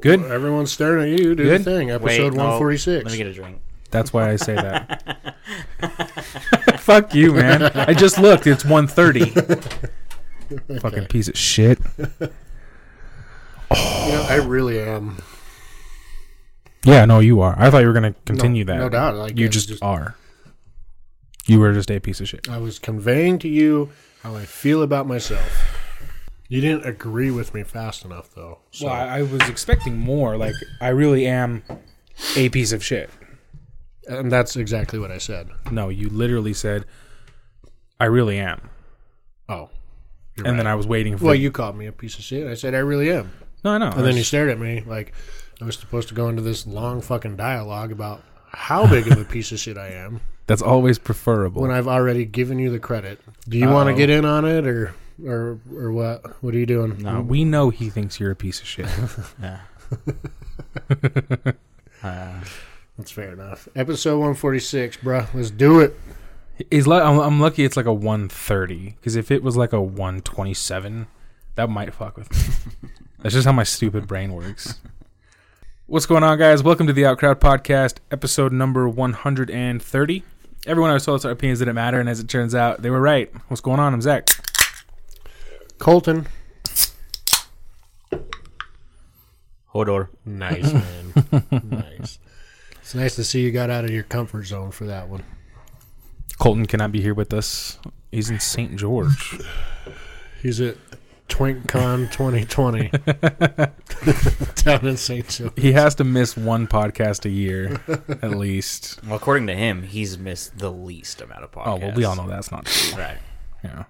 Good. Everyone's staring at you. Do Good? the thing. Episode Wait, oh, no. one forty six. Let me get a drink. That's why I say that. Fuck you, man. I just looked. It's 1.30. Fucking piece of shit. You know, I really am. Yeah, no, you are. I thought you were going to continue No- that. no doubt, like, you it's just, just- are. You were just a piece of shit. I was conveying to you how I feel about myself. You didn't agree with me fast enough, though. So Well, I, I was expecting more. Like, I really am a piece of shit. and that's exactly what I said. No, you literally said, I really am. Oh, and then I was waiting for well, you called me a piece of shit. I said I really am, No, I know. and then you stared at me like I was supposed to go into this long fucking dialogue about how big of a piece of shit I am That's always preferable. when I've already given you the credit. Do you want to Uh-oh. get in on it or or or what? What are you doing? Uh, we know he thinks you're a piece of shit. Yeah. uh, That's fair enough. Episode one forty six, bruh. Let's do it. He's lu- I'm, I'm lucky it's like a 130 because if it was like a 127, that might fuck with me. That's just how my stupid brain works. What's going on, guys? Welcome to the Outcrowd Podcast, episode number 130. Everyone I was told our opinions didn't matter, and as it turns out, they were right. What's going on? I'm Zach. Colton. Hodor. Nice, man. nice. It's nice to see you got out of your comfort zone for that one. Colton cannot be here with us. He's in St. George. He's at TwinkCon 2020 down in St. Joe. he has to miss one podcast a year, at least. Well, according to him, he's missed the least amount of podcasts. Oh, well, we all know that's not true. Right. Yeah.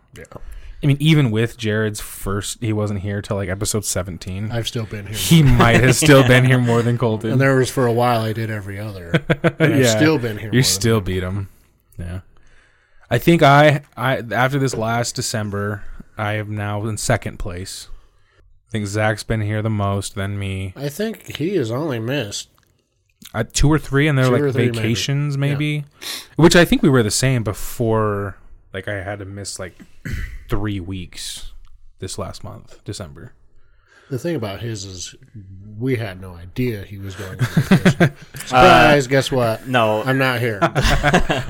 I mean, even with Jared's first, he wasn't here till like episode 17. I've still been here. He might have still been here more than And Colton. there was for a while I did every other. And I've Yeah. still been here. more You than- still beat him. Yeah. I think I, I after this last December, I am now in second place. I think Zach's been here the most, then me. I think he has only missed. Uh, two or three, and they're Two or like three, maybe. vacations, maybe. Which I think we were the same before. Like I had to miss like three weeks this last month, December. The thing about his is we had no idea he was going. on vacation. Surprise! guess what? No, I'm not here.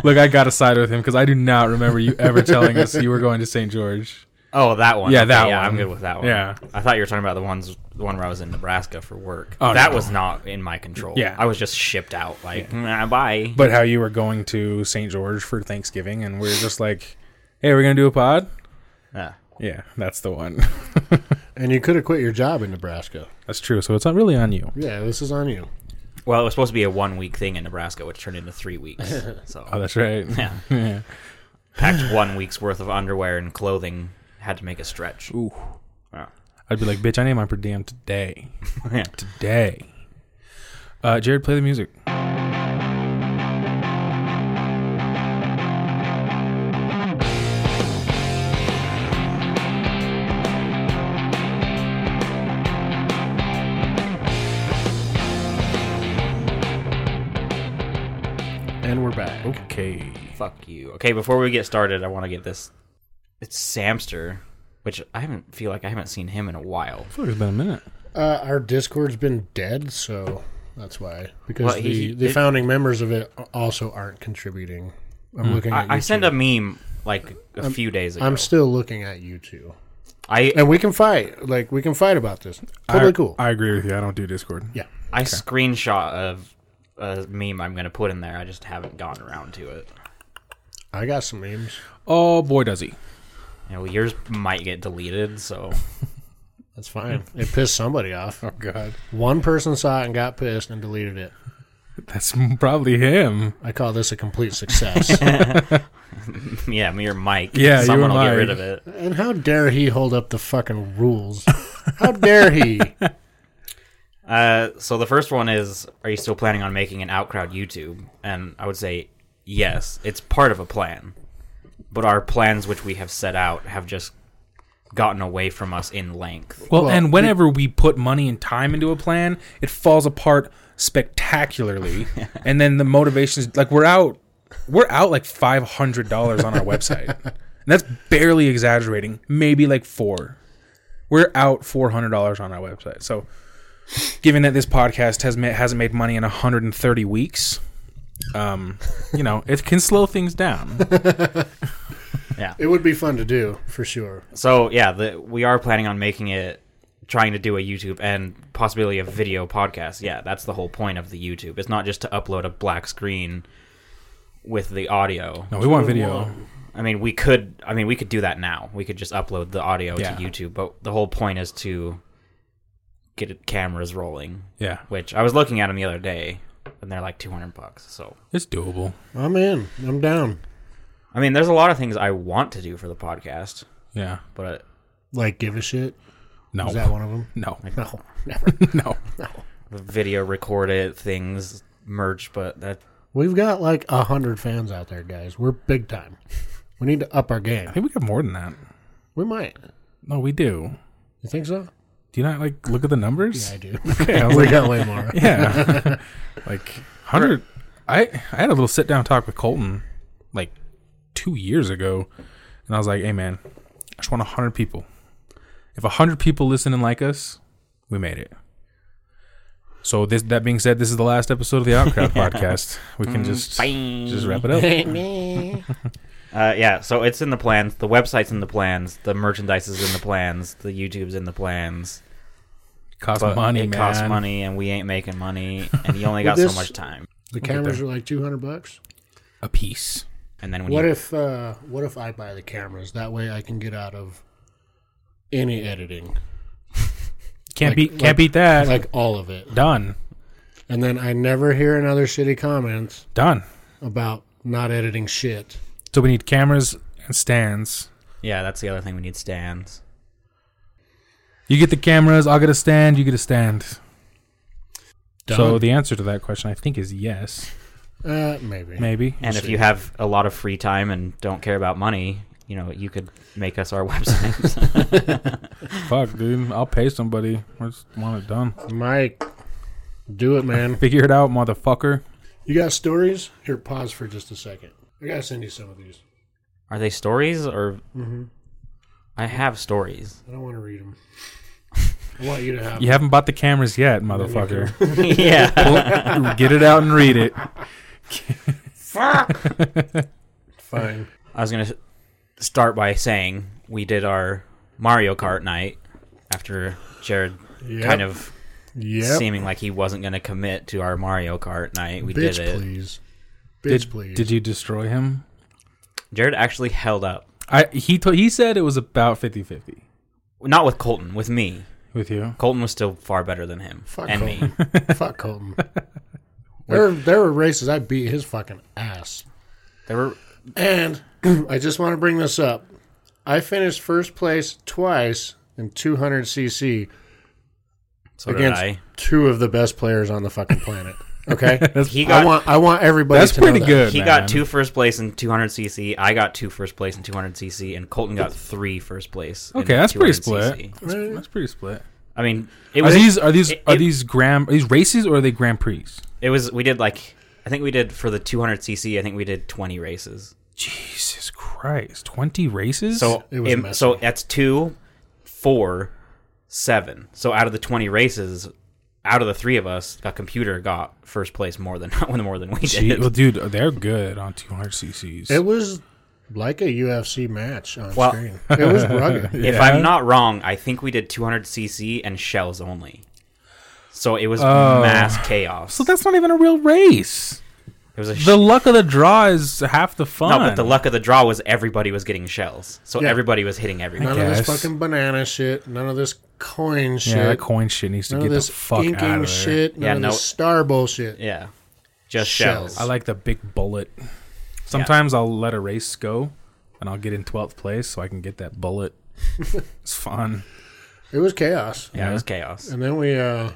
Look, I got to side with him because I do not remember you ever telling us you were going to St. George. Oh, that one. Yeah, Okay, that yeah, one. I'm good with that one. Yeah. I thought you were talking about the ones, the one where I was in Nebraska for work. Oh, that no. was not in my control. Yeah. I was just shipped out. Like, "Nah, bye. But how you were going to St. George for Thanksgiving, and we are just like, "Hey, we're gonna do a pod." Yeah. Yeah, that's the one. and you could have quit your job in Nebraska. that's true. So it's not really on you. Yeah, this is on you. Well, it was supposed to be a one week thing in Nebraska, which turned into three weeks. So Oh, that's right. Yeah. yeah. packed one week's worth of underwear and clothing. Had to make a stretch. Ooh. Yeah. I'd be like, "Bitch, I need my per diem today." Yeah. Today. Uh, Jared, play the music. And we're back. Okay. Fuck you. Okay, before we get started, I want to get this. It's Samster, which I haven't feel like I haven't seen him in a while. Fuck, it's been a minute. Uh, our Discord's been dead, so that's why. Because Well, the, he- the it- founding members of it also aren't contributing. I'm looking at you. I, I sent two. a meme like a few days ago. I'm still looking at you two. I And we can fight. Like, we can fight about this. Totally I, cool. I agree with you. I don't do Discord. yeah. I screenshot of a meme I'm gonna put in there. I just haven't gotten around to it. I got some memes. Oh boy, does he. You know, yours might get deleted, so That's fine. It pissed somebody off. Oh god. One person saw it and got pissed and deleted it. That's probably him. I call this a complete success. yeah, me or Mike. Yeah, you someone or will get Mike. rid of it. and how dare he hold up the fucking rules? How dare he? Uh, so the first one is: Are you still planning on making an Outcrowd YouTube? And I would say yes. It's part of a plan, but our plans, which we have set out, have just gotten away from us in length. Well, Well, and whenever we put money and time into a plan, it falls apart spectacularly. and then the motivation's like we're out we're out like five hundred dollars on our website. And that's barely exaggerating. Maybe like four. We're out four hundred dollars on our website. So given that this podcast has ma- hasn't made money in 130 weeks, um, you know, it can slow things down. It would be fun to do for sure. So yeah, the, we are planning on making it, trying to do a YouTube and possibly a video podcast. Yeah, that's the whole point of the YouTube. It's not just to upload a black screen with the audio. No, we want video. I mean, we could. I mean, we could do that now. We could just upload the audio Yeah. to YouTube. But the whole point is to get it- cameras rolling. Yeah, Which I was looking at them the other day, and they're like two hundred bucks. So it's doable. I'm in. I'm down. I mean, there's a lot of things I want to do for the podcast, Yeah. but uh, Like, give a shit. No. Is that one of them? No. No, never. No. video recorded things merged. But that We've got like a hundred fans out there, guys. We're big time. We need to up our I game. think we got more than that. We might. No, we do. You think so? Do you not like look at the numbers? I do. Okay, I was we like, got way more. yeah, like hundred. I I had a little sit down talk with Colton like two years ago, and I was like, "Hey, man, I just want hundred people. If hundred people listen and like us, we made it." So this that being said, this is the last episode of the Outcrowd podcast. We can just just wrap it up. Uh, yeah, so it's in the plans. The website's in the plans. The merchandise is in the plans. The YouTube's in the plans. Cost But money, it man. costs money, and we ain't making money, and you only Well, got this- so much time. The cameras are like two hundred bucks. a piece. And then when What you, if uh, what if I buy the cameras? That way I can get out of any editing, Can't Like- beat can't like- beat that. like all of it, done, and then I never hear another shitty comment done. about not editing shit. So we need cameras and stands. yeah, that's the other thing we need stands. You get the cameras, I'll get a stand, you get a stand. So Done. the answer to that question I think is yes. uh, maybe. Maybe. And if you have a lot of free time and don't care about money, you know you could make us our website. Fuck, dude. I'll pay somebody. I just want it done. Mike, do it, man. Figure it out, motherfucker. You got stories? Here, pause for just a second. I gotta send you some of these. Are they stories or? Mm-hmm. I have stories. I don't want to read them. I want you to have. You haven't bought the cameras yet, motherfucker. yeah. Pull- Get it out and read it. Fine. I was gonna s- start by saying we did our Mario Kart night after Jared Yep. kind of Yep. seeming like he wasn't going to commit to our Mario Kart night. We Bitch, did it. please. Bitch, Did, please. did you destroy him? Jared actually held up. I he to, he said it was about 50-50 Not with Colton, with me. with you. Colton was still far better than him Fuck and me. Colton. Fuck Colton. there, there were races I beat his fucking ass. There were And I just want to bring this up. I finished first place twice in 200cc so against did I. two of the best players on the fucking planet. Okay, He I got want I want everybody. That's to know pretty that. good. he man. got two first place in 200cc. I got two first place in 200cc, and Colton got three first place. in Okay, that's pretty 200cc. split. That's, that's pretty split. I mean, it Are was these are these it- are it- these grand are these races or are they grand prix? it was we did like I think we did for the 200cc. I think we did 20 races. Jesus Christ, twenty races. So It was im- messy. so that's two, four, seven. So out of the twenty races, out of the three of us, a computer got first place more than more than we Gee, did. well, dude, they're good on 200 CCs. It was like a UFC match on Well- screen. It was rugged. If I'm not wrong, I think we did 200 cc and shells only. So it was mass chaos. Oh. so that's not even a real race. it was a sh- The luck of the draw is half the fun. no, but the luck of the draw was everybody was getting shells, so Yeah. everybody was hitting everybody. None of this guess. fucking banana shit. None of this coin shit. Yeah, that coin shit needs to none get of the this fuck inking out of there. shit. None Yeah, of no- this star bullshit. Yeah, just Shells. shells. I like the big bullet. Sometimes I'll let a race go, and I'll get in 12th place so I can get that bullet. it's fun. It was chaos. yeah, it was chaos. And then we uh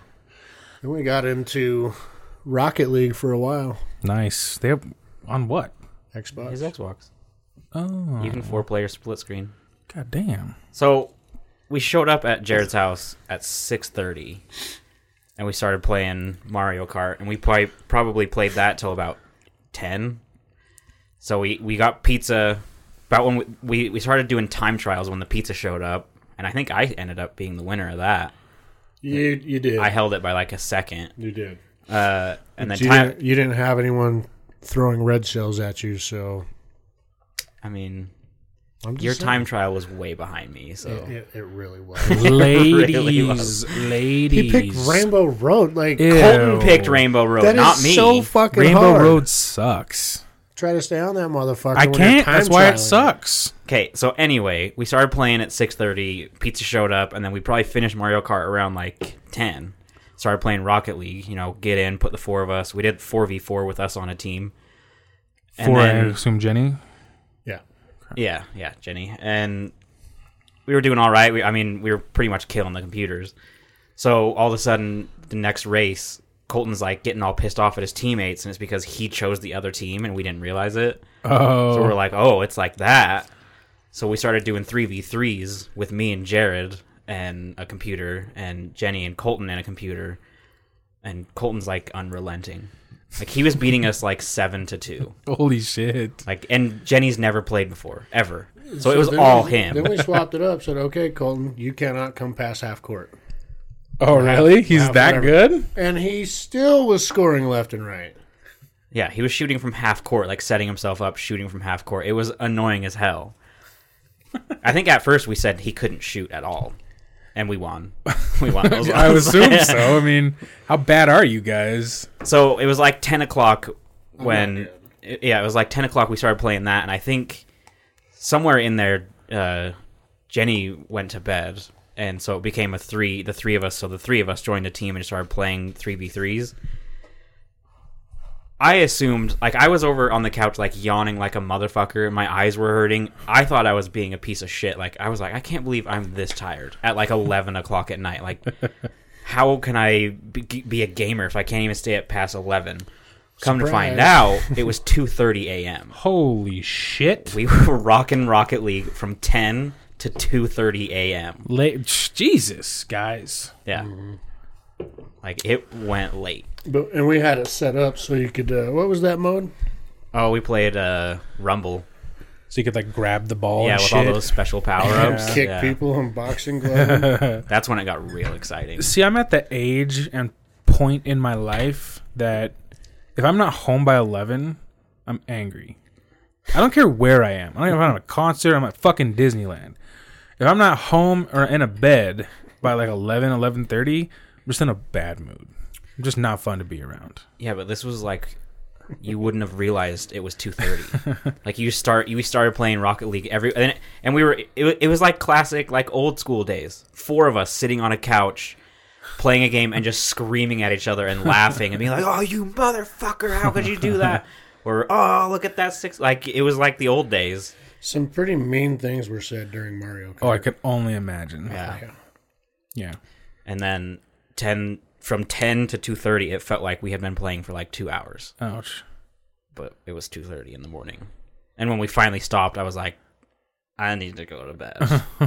then we got into Rocket League for a while. Nice. They have on what? Xbox. His Xbox, Oh, even four player split screen. god damn. So we showed up at Jared's house at 6:30 and we started playing Mario Kart and we play, probably played that till about 10. So we we got pizza about when we, we we started doing time trials when the pizza showed up and I think I ended up being the winner of that. You you did. I held it by like a second. you did. Uh, and then you, time. didn't, you didn't have anyone throwing red shells at you, so I mean, I'm just your saying. time trial was way behind me. So It, it, it really was. Really ladies, ladies. he picked Rainbow Road. Like Ew. Colton picked Rainbow Road, that is Oh, not me. so fucking Rainbow hard. Road sucks. Try to stay on that motherfucker. I when you're can't. time That's why trialing. it sucks. Okay, so anyway, we started playing at 6:30. Pizza showed up, and then we probably finished Mario Kart around like 10. Started playing Rocket League. You know, get in, put the four of us. We did 4v4 with us on a team. And For I then- assume Jenny. Yeah. Yeah, yeah, Jenny. And we were doing all right. We, I mean, we were pretty much killing the computers. So all of a sudden, the next race, Colton's like getting all pissed off at his teammates, and it's because he chose the other team and we didn't realize it. So Oh, we're like, oh, it's like that. So we started doing 3v3s with me and Jared and a computer, and Jenny and Colton and a computer. And Colton's like unrelenting. Like he was beating us like seven to two. holy shit! Like, and Jenny's never played before, ever. So it was then all we- him. Then we swapped it up. Said, "Okay, Colton, you cannot come past half court." Oh, really? He's yeah, that whatever. good? And he still was scoring left and right. Yeah, he was shooting from half court, like setting himself up, shooting from half court. It was annoying as hell. I think at first we said he couldn't shoot at all, and we won. We won. Those I would ones. assume so. I mean, how bad are you guys? So it was like ten o'clock when, it- yeah, it was like ten o'clock. We started playing that, and I think somewhere in there, uh, Jenny went to bed, and so it became a three. The three of us, so the three of us joined a team and started playing three v threes. I assumed, like, I was over on the couch, like, yawning like a motherfucker. My eyes were hurting. I thought I was being a piece of shit. Like, I was like, I can't believe I'm this tired at like 11 o'clock at night. Like, how can I be, be a gamer if I can't even stay up past 11? Come to find out, it was 2:30 a.m. Holy shit! We were rocking Rocket League from 10 to 2:30 a.m. La- Jesus, guys. Yeah. Mm-hmm. Like it went late. But and we had it set up so you could. Uh, what was that mode? Oh, we played uh Rumble. So you could like grab the ball. yeah, and with shit. all those special power-ups. Oh, Kick Yeah. people in boxing glove. That's when it got real exciting. See, I'm at the age and point in my life that if I'm not home by 11, I'm angry. I don't care where I am. I don't care if I'm at a concert, I'm at fucking Disneyland. If I'm not home or in a bed by like 11, 11.30, I'm just in a bad mood. I'm just not fun to be around. Yeah, but this was like you wouldn't have realized it was 2:30. like you start you started playing Rocket League every and, and we were it, wa- it was like classic like old school days. Four of us sitting on a couch playing a game and just screaming at each other and laughing and being like, "Oh, you motherfucker, how could you do that?" or "Oh, look at that six like it was like the old days. Some pretty mean things were said during Mario Kart. Oh, I could only imagine. Yeah. Yeah. And then 10 from 10 to 2:30 it felt like we had been playing for like 2 hours. Ouch. but it was 2.30 in the morning and when we finally stopped i was like i need to go to bed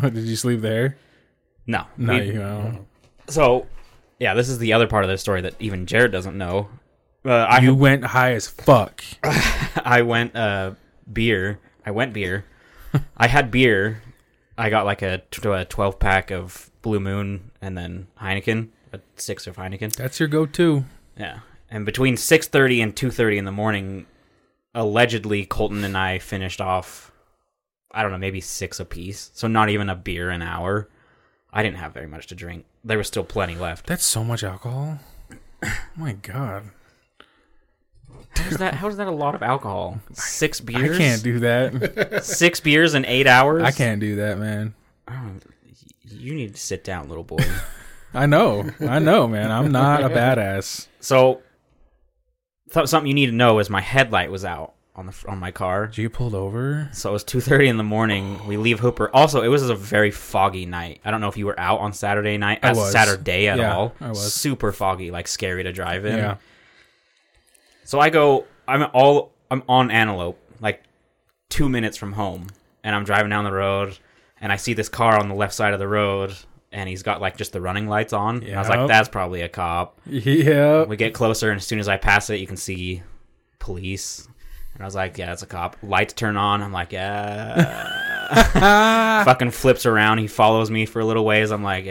Did you sleep there? no, No, we- you know. so yeah this is the other part of the story that even jared doesn't know uh, I, You went high as fuck. I went uh, beer i went beer i had beer i got like a, t- a 12 pack of blue moon and then heineken a six of heineken That's your go-to. Yeah, and between six thirty and two thirty in the morning, allegedly Colton and I finished off, I don't know, maybe six apiece. So not even a beer an hour. I didn't have very much to drink. There was still plenty left. That's so much alcohol. Oh my god. How's that? How's that a lot of alcohol? Six beers. I can't do that. six beers in eight hours. I can't do that, man. Oh, you need to sit down, little boy. I know. I know, man. I'm not a badass. so, th- something you need to know is my headlight was out on the fr- on my car. You pulled over? So it was two thirty in the morning. We leave Hooper. Also, it was a very foggy night. I don't know if you were out on Saturday night. I uh, was. Saturday at Yeah, all. I was. super foggy, like scary to drive in. Yeah. So I go. I'm all. I'm on Antelope, like two minutes from home, and I'm driving down the road, and I see this car on the left side of the road, and he's got like just the running lights on. And I was like, Yep. that's probably a cop. Yeah. We get closer, and as soon as I pass it, you can see police. And I was like, yeah, that's a cop. Lights turn on. I'm like, yeah. fucking flips around. He follows me for a little ways. I'm like,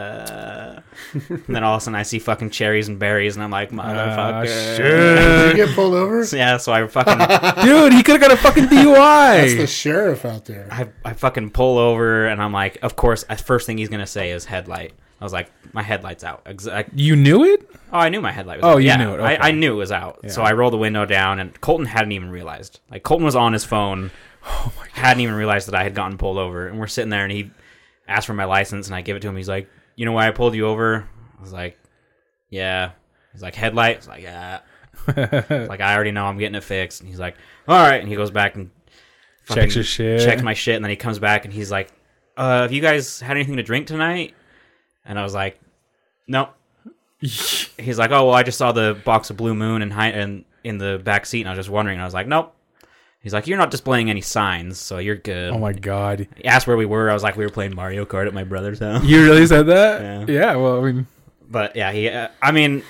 uh. and then all of a sudden I see fucking cherries and berries, and I'm like, Ah, motherfucker. Did you get pulled over? yeah, so I fucking Dude, he could have got a fucking That's the DUI. sheriff out there. I, I fucking pull over, and I'm like, of course, the first thing he's gonna say is headlight. I was like, my headlight's out. Exact. you knew it? Oh, I knew my headlight was Oh, out. you Yeah, knew it. Okay. I, I knew it was out. So I rolled the window down, and Colton hadn't even realized. Like, Colton was on his phone, Oh hadn't even realized that I had gotten pulled over. And we're sitting there, and he asked for my license, and I give it to him. He's like, You know why I pulled you over? I was like, Yeah. He's like, Headlight? I was like, Yeah. like, I already know I'm getting it fixed. And he's like, All right. And he goes back and fucking Checks your shit. Checks my shit, and then he comes back, and he's like, uh, Have you guys had anything to drink tonight? And I was like, Nope he's like, "Oh well, I just saw the box of Blue Moon and hi- and in the back seat, and I was just wondering." And I was like, "Nope." He's like, "You're not displaying any signs, so you're good." Oh my god. He asked where we were. I was like, "We were playing Mario Kart at my brother's house." You really said that? Yeah, well, I mean, But yeah, he. Uh, I mean,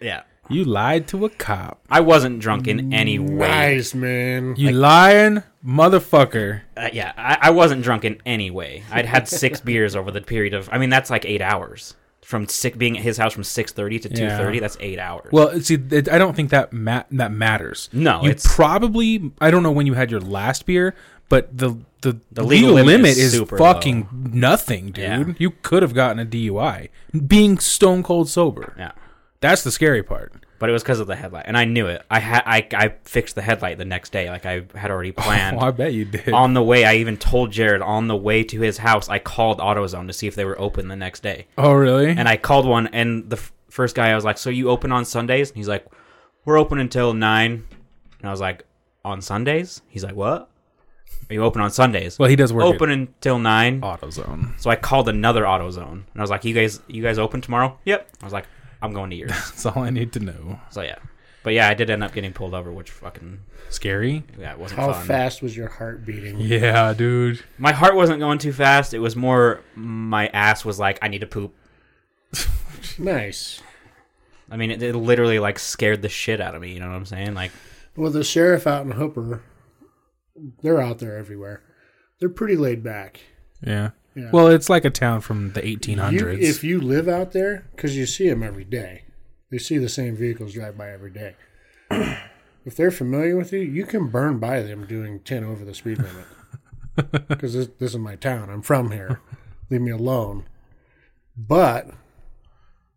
yeah, you lied to a cop. I wasn't drunk in any way. Nice man. You lying motherfucker. Uh, yeah, I, I wasn't drunk in any way. I'd had six beers over the period of. I mean, that's like eight hours from six, being at his house from six thirty to two Yeah. thirty. That's eight hours. Well, see, th- I don't think that ma- that matters. No, you it's- probably. I don't know when you had your last beer, but the the, the legal limit is super fucking nothing, dude. Yeah. You could have gotten a DUI being stone cold sober. yeah. That's the scary part. but it was because of the headlight, and I knew it. I had I, I fixed the headlight the next day, like I had already planned. Well, I bet you did. on the way, I even told Jared on the way to his house, I called AutoZone to see if they were open the next day, oh, really? and I called one, and the f- first guy I was like, "So you open on Sundays?" And he's like, "We're open until 9. and I was like, "On Sundays?" He's like, "What? Are you open on Sundays?" well, he Oh. does work open until nine. at AutoZone. So I called another AutoZone, and I was like, "You guys, you guys open tomorrow?" Yep. I was like, "I'm going to yours." That's all I need to know. So yeah, but yeah, I did end up getting pulled over, which fucking Scary. yeah, it wasn't How fun. fast was your heart beating? Yeah, dude. My heart wasn't going too fast. It was more my ass was like, I need to poop. Nice. I mean, it, it literally like scared the shit out of me. You know what I'm saying? Like, Well, the sheriff out in Hooper, they're out there everywhere. They're pretty laid back. Yeah. Yeah. Well, it's like a town from the You, 1800s. if you live out there, because you see them every day, you see the same vehicles drive by every day. if they're familiar with you, you can burn by them doing 10 over the speed limit. Because this, this is my town. I'm from here. Leave me alone. But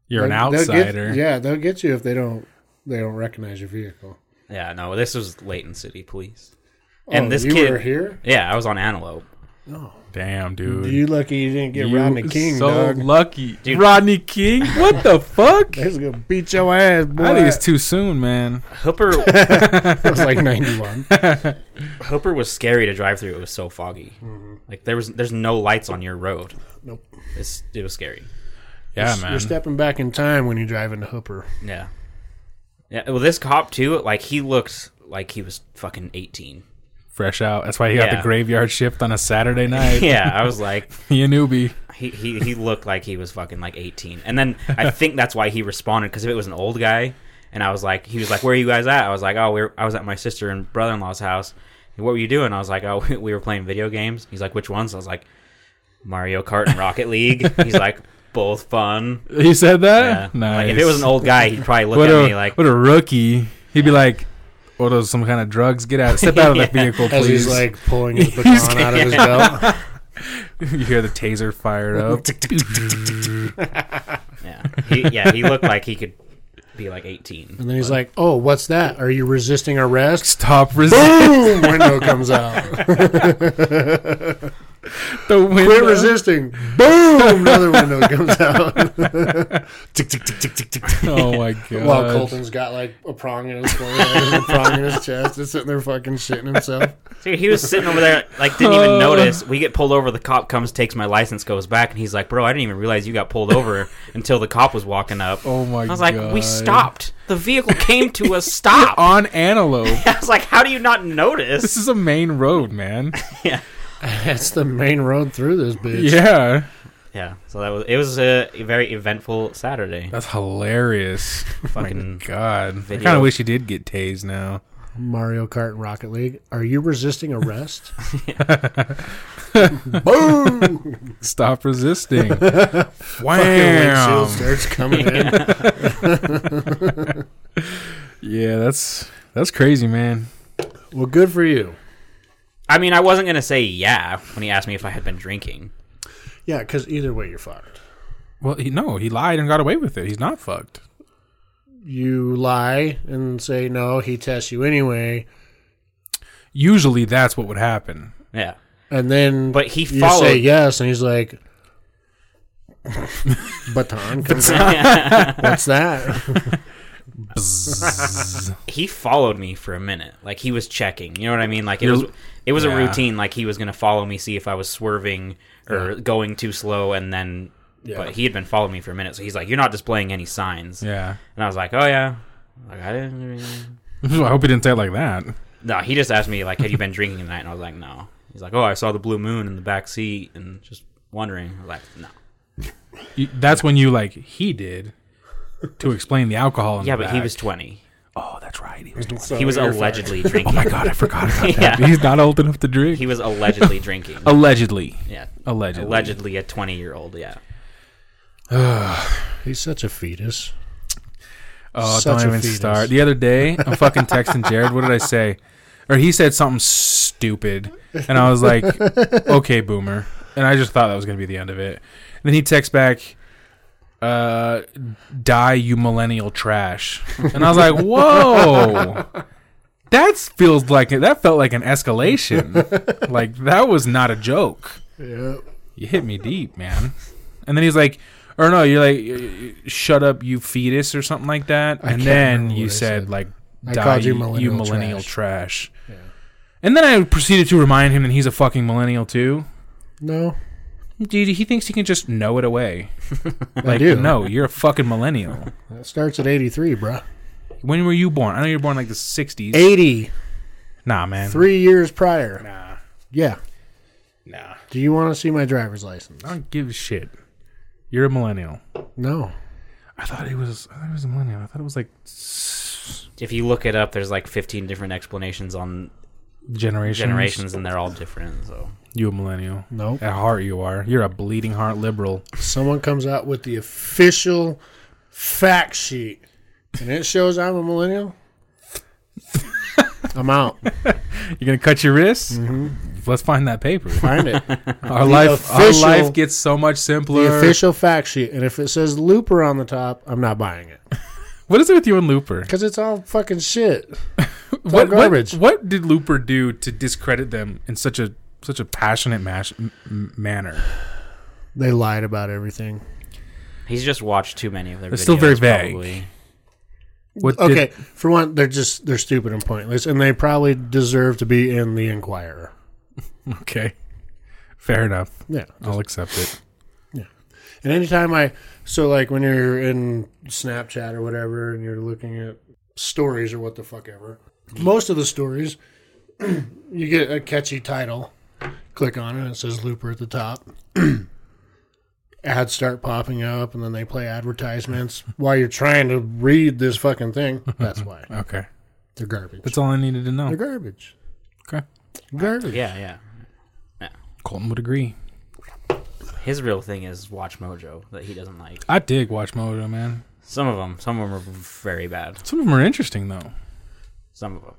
you, are an they'll- they'll get- outsider. yeah, they'll get you if they don't they don't recognize your vehicle. yeah, no, this was Layton City Police, and Oh, this you kid, were here. yeah, I was on Antelope. Damn, dude. You lucky you didn't get Rodney You King, so dog. lucky. Rodney King? What the fuck? He's gonna beat your ass, boy. I think it's too soon, man. Hooper, It was like '91. Hooper was scary to drive through. It was so foggy. Mm-hmm. Like there was, there's no lights on your road. nope. It's, it was scary. Yeah, You're stepping back in time when you drive into Hooper. Yeah. Yeah. Well, this cop too, like he looked like he was fucking 18. Fresh out. That's why he got Yeah. the graveyard shift on a Saturday night. Yeah, I was like, He a newbie. he, he he looked like he was fucking like 18. And then I think that's why he responded because if it was an old guy, and I was like, he was like, "Where are you guys at?" I was like, "Oh, we're I was at my sister and brother in law's house." What were you doing? I was like, "Oh, we were playing video games." He's like, "Which ones?" I was like, "Mario Kart and Rocket League." He's like, "Both fun." He said Yeah. that? Nice. Like if it was an old guy, he'd probably look what at a, me like, what a rookie. He'd be like, what are those, some kind of drugs? Get out. Step out of that Yeah. vehicle, As please. he's like pulling his baton out of his belt. you hear the taser fired up. "Yeah, he, yeah." He looked like he could be like 18. And then he's like, "Oh, what's that? Are you resisting arrest?" Stop resisting Boom! Window comes out. the window. Quit resisting. Boom! Another window comes out. tick, tick, tick, tick, tick, tick. tick. Oh my god. While Colton's got like a prong in his forehead and a prong in his chest, just sitting there fucking shitting himself. Dude, he was sitting over there, like didn't even Oh. notice. We get pulled over. The cop comes, takes my license, goes back, and he's like, "Bro, I didn't even realize you got pulled over until the cop was walking up." Oh my god. I was like, "We stopped. The vehicle came to a stop." On antelope. I was like, "How do you not this notice?" is a main road, man. That's the main road through this bitch. yeah. Yeah. So that was it. Was a very eventful Saturday. That's hilarious. Fucking God. I video. kind of wish you did get tased now. Mario Kart and Rocket League. Are you resisting arrest? Boom! Stop resisting. Fucking Wham! windshield starts coming in. Yeah, that's that's crazy, man. Well, good for you. I mean, I wasn't gonna say yeah when he asked me if I had been drinking. Yeah, because either way, you're fucked. Well, he, no, he lied and got away with it. He's not fucked. You lie and say no. He tests you anyway, Usually, that's what would happen. Yeah, and then But he you followed- say yes, and he's like, "Baton, comes out. what's that?" Bzzz. he followed me for a minute. Like he was checking. You know what I mean? Like it was it was Yeah. a routine. Like he was gonna follow me, see if I was swerving or going too slow, and then. Yeah. But he had been following me for a minute, so he's like, "You're not displaying any signs." yeah. And I was like, "Oh yeah." Like I didn't. I hope he didn't say it like that. No, he just asked me like, "Had you been drinking tonight?" And I was like, "No." He's like, "Oh, I saw the blue moon in the back seat, and just wondering." I was like, "No." You- That's when you like he did to explain the alcohol. In Yeah, the but he back. was 20. Oh, that's right. He was. he was you're allegedly oh drinking. my god, I forgot about that. Yeah. He's not old enough to drink. He was allegedly drinking. Oh. allegedly. Yeah. Allegedly. Allegedly a 20 year old, yeah. He's such a fetus. Oh, Such a don't even fetus. start. The other day, I'm fucking texting Jared. What did I say? Or he said something stupid, and I was like, "Okay, boomer." And I just thought that was gonna be the end of it. And then he texts back, uh, "Die, you millennial trash." And I was like, "Whoa." That feels like that felt like an escalation. like that was not a joke Yeah. you hit me deep, man. And then he's like, or no, you're like, shut up, you fetus, or something like that. can't And then remember you what I said, said. like, I die, called you you millennial millennial, trash. Yeah. And then I proceeded to remind him that he's a fucking millennial too. No, Dude, he thinks he can just know it away. like, do. no, you're a fucking millennial. that starts at eighty-three, bruh. when were you born? I know you were born like the '60s. Eighty-three Nah, man. years prior. Nah, Yeah. nah. Do you want to see my driver's license? I don't give a shit. You're a millennial. No. I thought it was. I thought it was a millennial. I thought it was like s- If you look it up, there's like 15 different explanations on generations. generations, and they're all different. So You a millennial? Nope. At heart, you are. You're a bleeding heart liberal. someone comes out with the official fact sheet and it shows I'm a millennial, I'm out. You're gonna cut your wrists. Mm-hmm. Let's find that paper. Find it. Our life, official- our life gets so much simpler. The official fact sheet. And if it says Looper on the top, I'm not buying it What is it with you and Looper? because it's all fucking shit. What, garbage. What, what did Looper do to discredit them in such a such a passionate mash, m- m- manner? They lied about everything. he's just watched too many of their It's videos, still very vague. probably. What did- Okay, for one, they're just they're stupid and pointless, and they probably deserve to be in the Enquirer. okay. Fair enough. Yeah. I'll accept it. And anytime I, so like when you're in Snapchat or whatever and you're looking at stories or what the fuck ever, most of the stories, you get a catchy title, click on it, and it says Looper at the top. Ads start popping up, and then they play advertisements while you're trying to read this fucking thing. That's why. Okay. They're garbage. That's all I needed to They're know. garbage. Okay. Garbage. Yeah, yeah. Colton would agree. His real thing is Watch Mojo that he doesn't like. I dig Watch Mojo, man. Some of them, some of them are very bad. Some of them are interesting though. Some of them.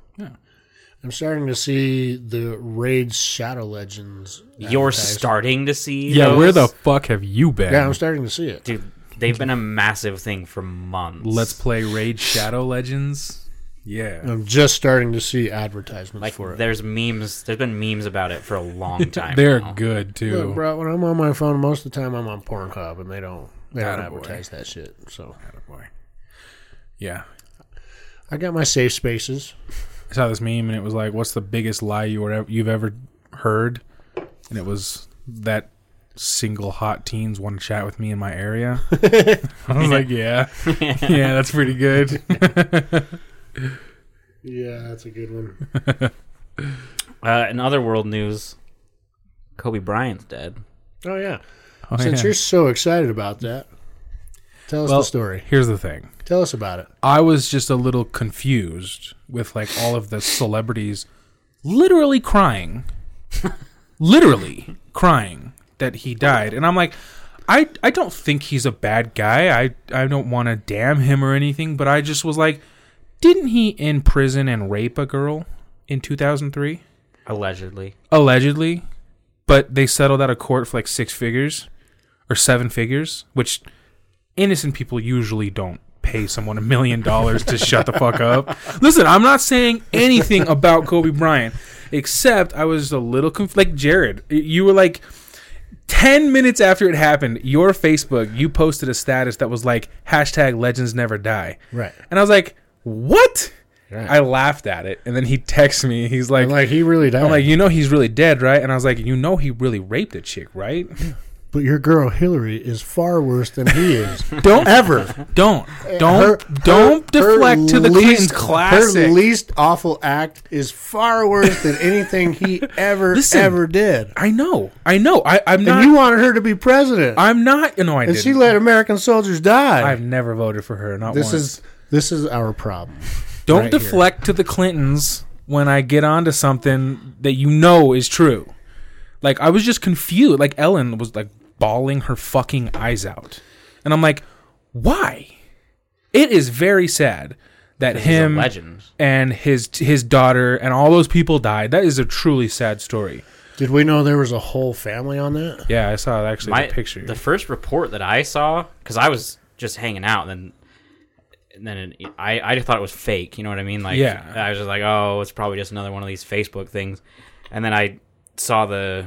I'm starting to see the Raid Shadow Legends. You're advertised. starting to see. Yeah, those? where the fuck have you been? Yeah, I'm starting to see it. dude? They've been a massive thing for months. Let's play Raid Shadow Legends. Yeah. I'm just starting to see advertisements like for it. there's memes. There's been memes about it for a long time. They're now. good Look, too. bro, when I'm on my phone, most of the time I'm on Pornhub, and they don't they don't Attaboy. advertise that shit. So Yeah. I got my safe spaces. I saw this meme and it was like, "What's the biggest lie you were ever, you've ever heard?" And it was that single hot teens want to chat with me in my area. I was like, "Yeah, yeah, that's pretty good." Yeah, that's a good one. Uh, in other world news, Kobe Bryant's dead. Oh yeah. Oh, Since yeah. you're so excited about that, Tell us Well, the story. Here's the thing. Tell us about it. I was just a little confused with like all of the celebrities literally crying. literally crying that he died. And I'm like, I I don't think he's a bad guy. I I don't want to damn him or anything, but I just was like, didn't he in prison and rape a girl in 2003? Allegedly. allegedly, but they settled out of court for like six figures or seven figures, which innocent people usually don't pay someone a million dollars to shut the fuck up. Listen, I'm not saying anything about Kobe Bryant, except I was a little conf- like Jared. You were like. 10 minutes after it happened, your Facebook, you posted a status that was like, hashtag legends never die. Right. And I was like, what? Right. I laughed at it. And then he texts me. He's I'm like he really died. I'm like, you know, he's really dead, right? And I was like, you know, he really raped a chick, right? but your girl Hillary is far worse than he is. Don't ever, don't, don't, Her- don't her- her deflect to the Clinton least- Her classic. least awful act is far worse than anything he ever Listen. ever did. I know, I know. I, I'm And not. you wanted her to be president, I'm not. No, I and didn't. she let American soldiers die. I've never voted for her. Not this once. is this is our problem. don't right here. deflect to the Clintons when I get onto something that you know is true. Like I was just confused. Like Ellen was like bawling her fucking eyes out, and I'm like, why? It is very sad that him. He's a legend. and his his daughter and all those people died. That is a truly sad story. Did we know there was a whole family on that? Yeah, I saw it actually My the picture. The first report that I saw, because I was just hanging out, and then and then it- I I just thought it was fake. You know what I mean? Like, Yeah. I was just like, oh, it's probably just another one of these Facebook things. And then I saw the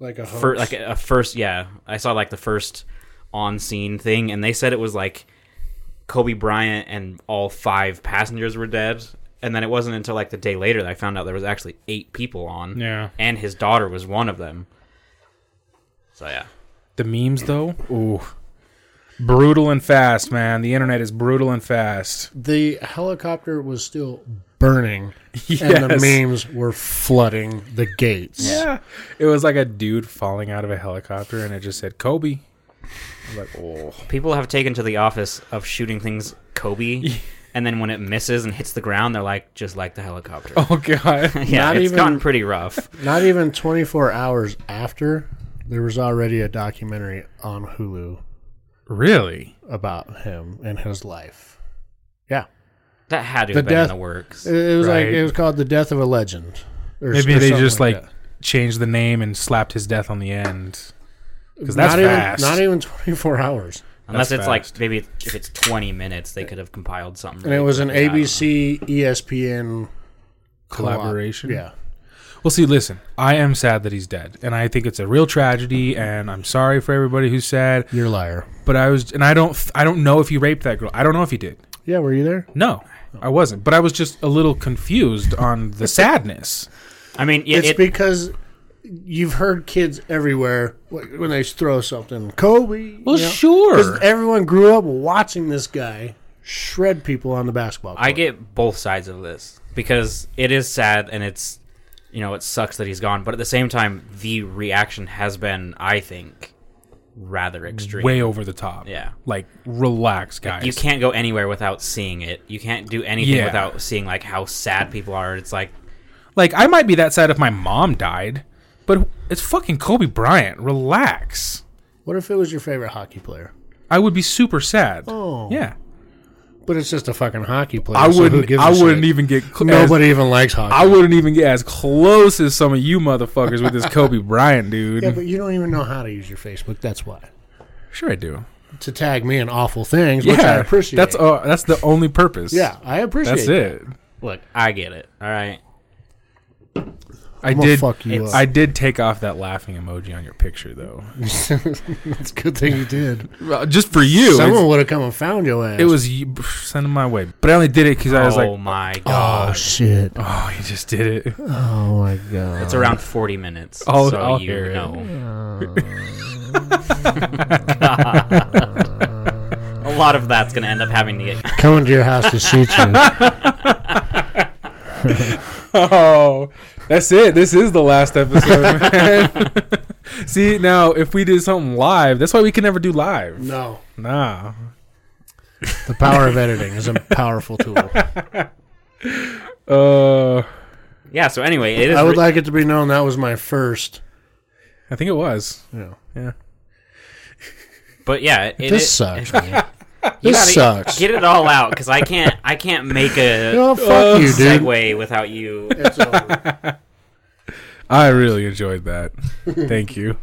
Like a fir- hoax. like a first, yeah, I saw like the first on scene thing, and they said it was like Kobe Bryant and all five passengers were dead. And then it wasn't until like the day later that I found out there was actually eight people on, yeah, and his daughter was one of them. So yeah. the memes though, ooh, brutal and fast, man. The internet is brutal and fast. the helicopter was still burning, and the Yes. memes were flooding the gates. Yeah, it was like a dude falling out of a helicopter, and it just said Kobe. I was like, oh, People have taken to the office of shooting things Kobe, and then when it misses and hits the ground, they're like, just like the helicopter. oh god, yeah, Not it's even- gotten pretty rough. Not even 24 hours after, there was already a documentary on Hulu really? about him and his life. Yeah, That had to The have been death- in the works. it, it was like Right. it was called "The Death of a Legend." or s- Maybe or they something just like that. changed the name and slapped his death on the end. Because that's not fast. even not even 24 hours, Unless that's it's fast. like maybe if it's twenty minutes, they could have compiled something. and it really was an quick. Yeah, I don't know. ABC ESPN Collaboration. Yeah, Well, see, listen, I am sad that he's dead, and I think it's a real tragedy, Mm-hmm. and I'm sorry for everybody who's sad. you're a liar. But I was, and I don't, I don't know if he raped that girl. I don't know if he did. Yeah, were you there? No, I wasn't. But I was just a little confused on the sadness. I mean, yeah, it's it, because you've heard kids everywhere wh- when they throw something Kobe. Well, you know? sure. everyone grew up watching this guy shred people on the basketball court. I get both sides of this because it is sad and it's you know it sucks that he's gone, but at the same time, the reaction has been, I think, rather extreme. Way over the top. Yeah. Like, relax, guys. you can't go anywhere without seeing it. You can't do anything Yeah. without seeing like how sad people are. It's like like, I might be that sad if my mom died, but it's fucking Kobe Bryant. Relax. What if it was your favorite hockey player? I would be super sad. Oh. Yeah. But it's just a fucking hockey player. I so who wouldn't. gives a I wouldn't shit? even get. Cl- as- Nobody even likes hockey. I wouldn't even get as close as some of you motherfuckers with this Kobe Bryant dude. yeah, but you don't even know how to use your Facebook. That's why. sure, I do. To tag me in awful things, which I appreciate. That's uh, that's the only purpose. yeah, I appreciate. that's it. look, I get it. All right. I gonna did. fuck you up. I did take off that laughing emoji on your picture though, It's a good thing you did. Well, just for you. it's- Someone would have come and found your ass. It was you, send him my way, but I only did it because I was oh like, my Oh god. shit! oh, he just did it. Oh my god! It's around 40 minutes. I'll- so I'll you hear it. know. a lot of that's going to end up having to get. Coming to your house to shoot you. Oh, that's it. This is the last episode. man. See now, if we did something live, that's why we can never do live. no, Nah, The power of editing is a powerful tool. Uh, Yeah. So anyway, it is. I would re- like it to be known that was my first. I think it was. You know, Yeah. but yeah, it, it, this it- sucks, man. you this gotta sucks. Get it all out because I can't. I can't make a You know, fuck Uh, you, dude. segue without you. It's over. I really enjoyed that. Thank you.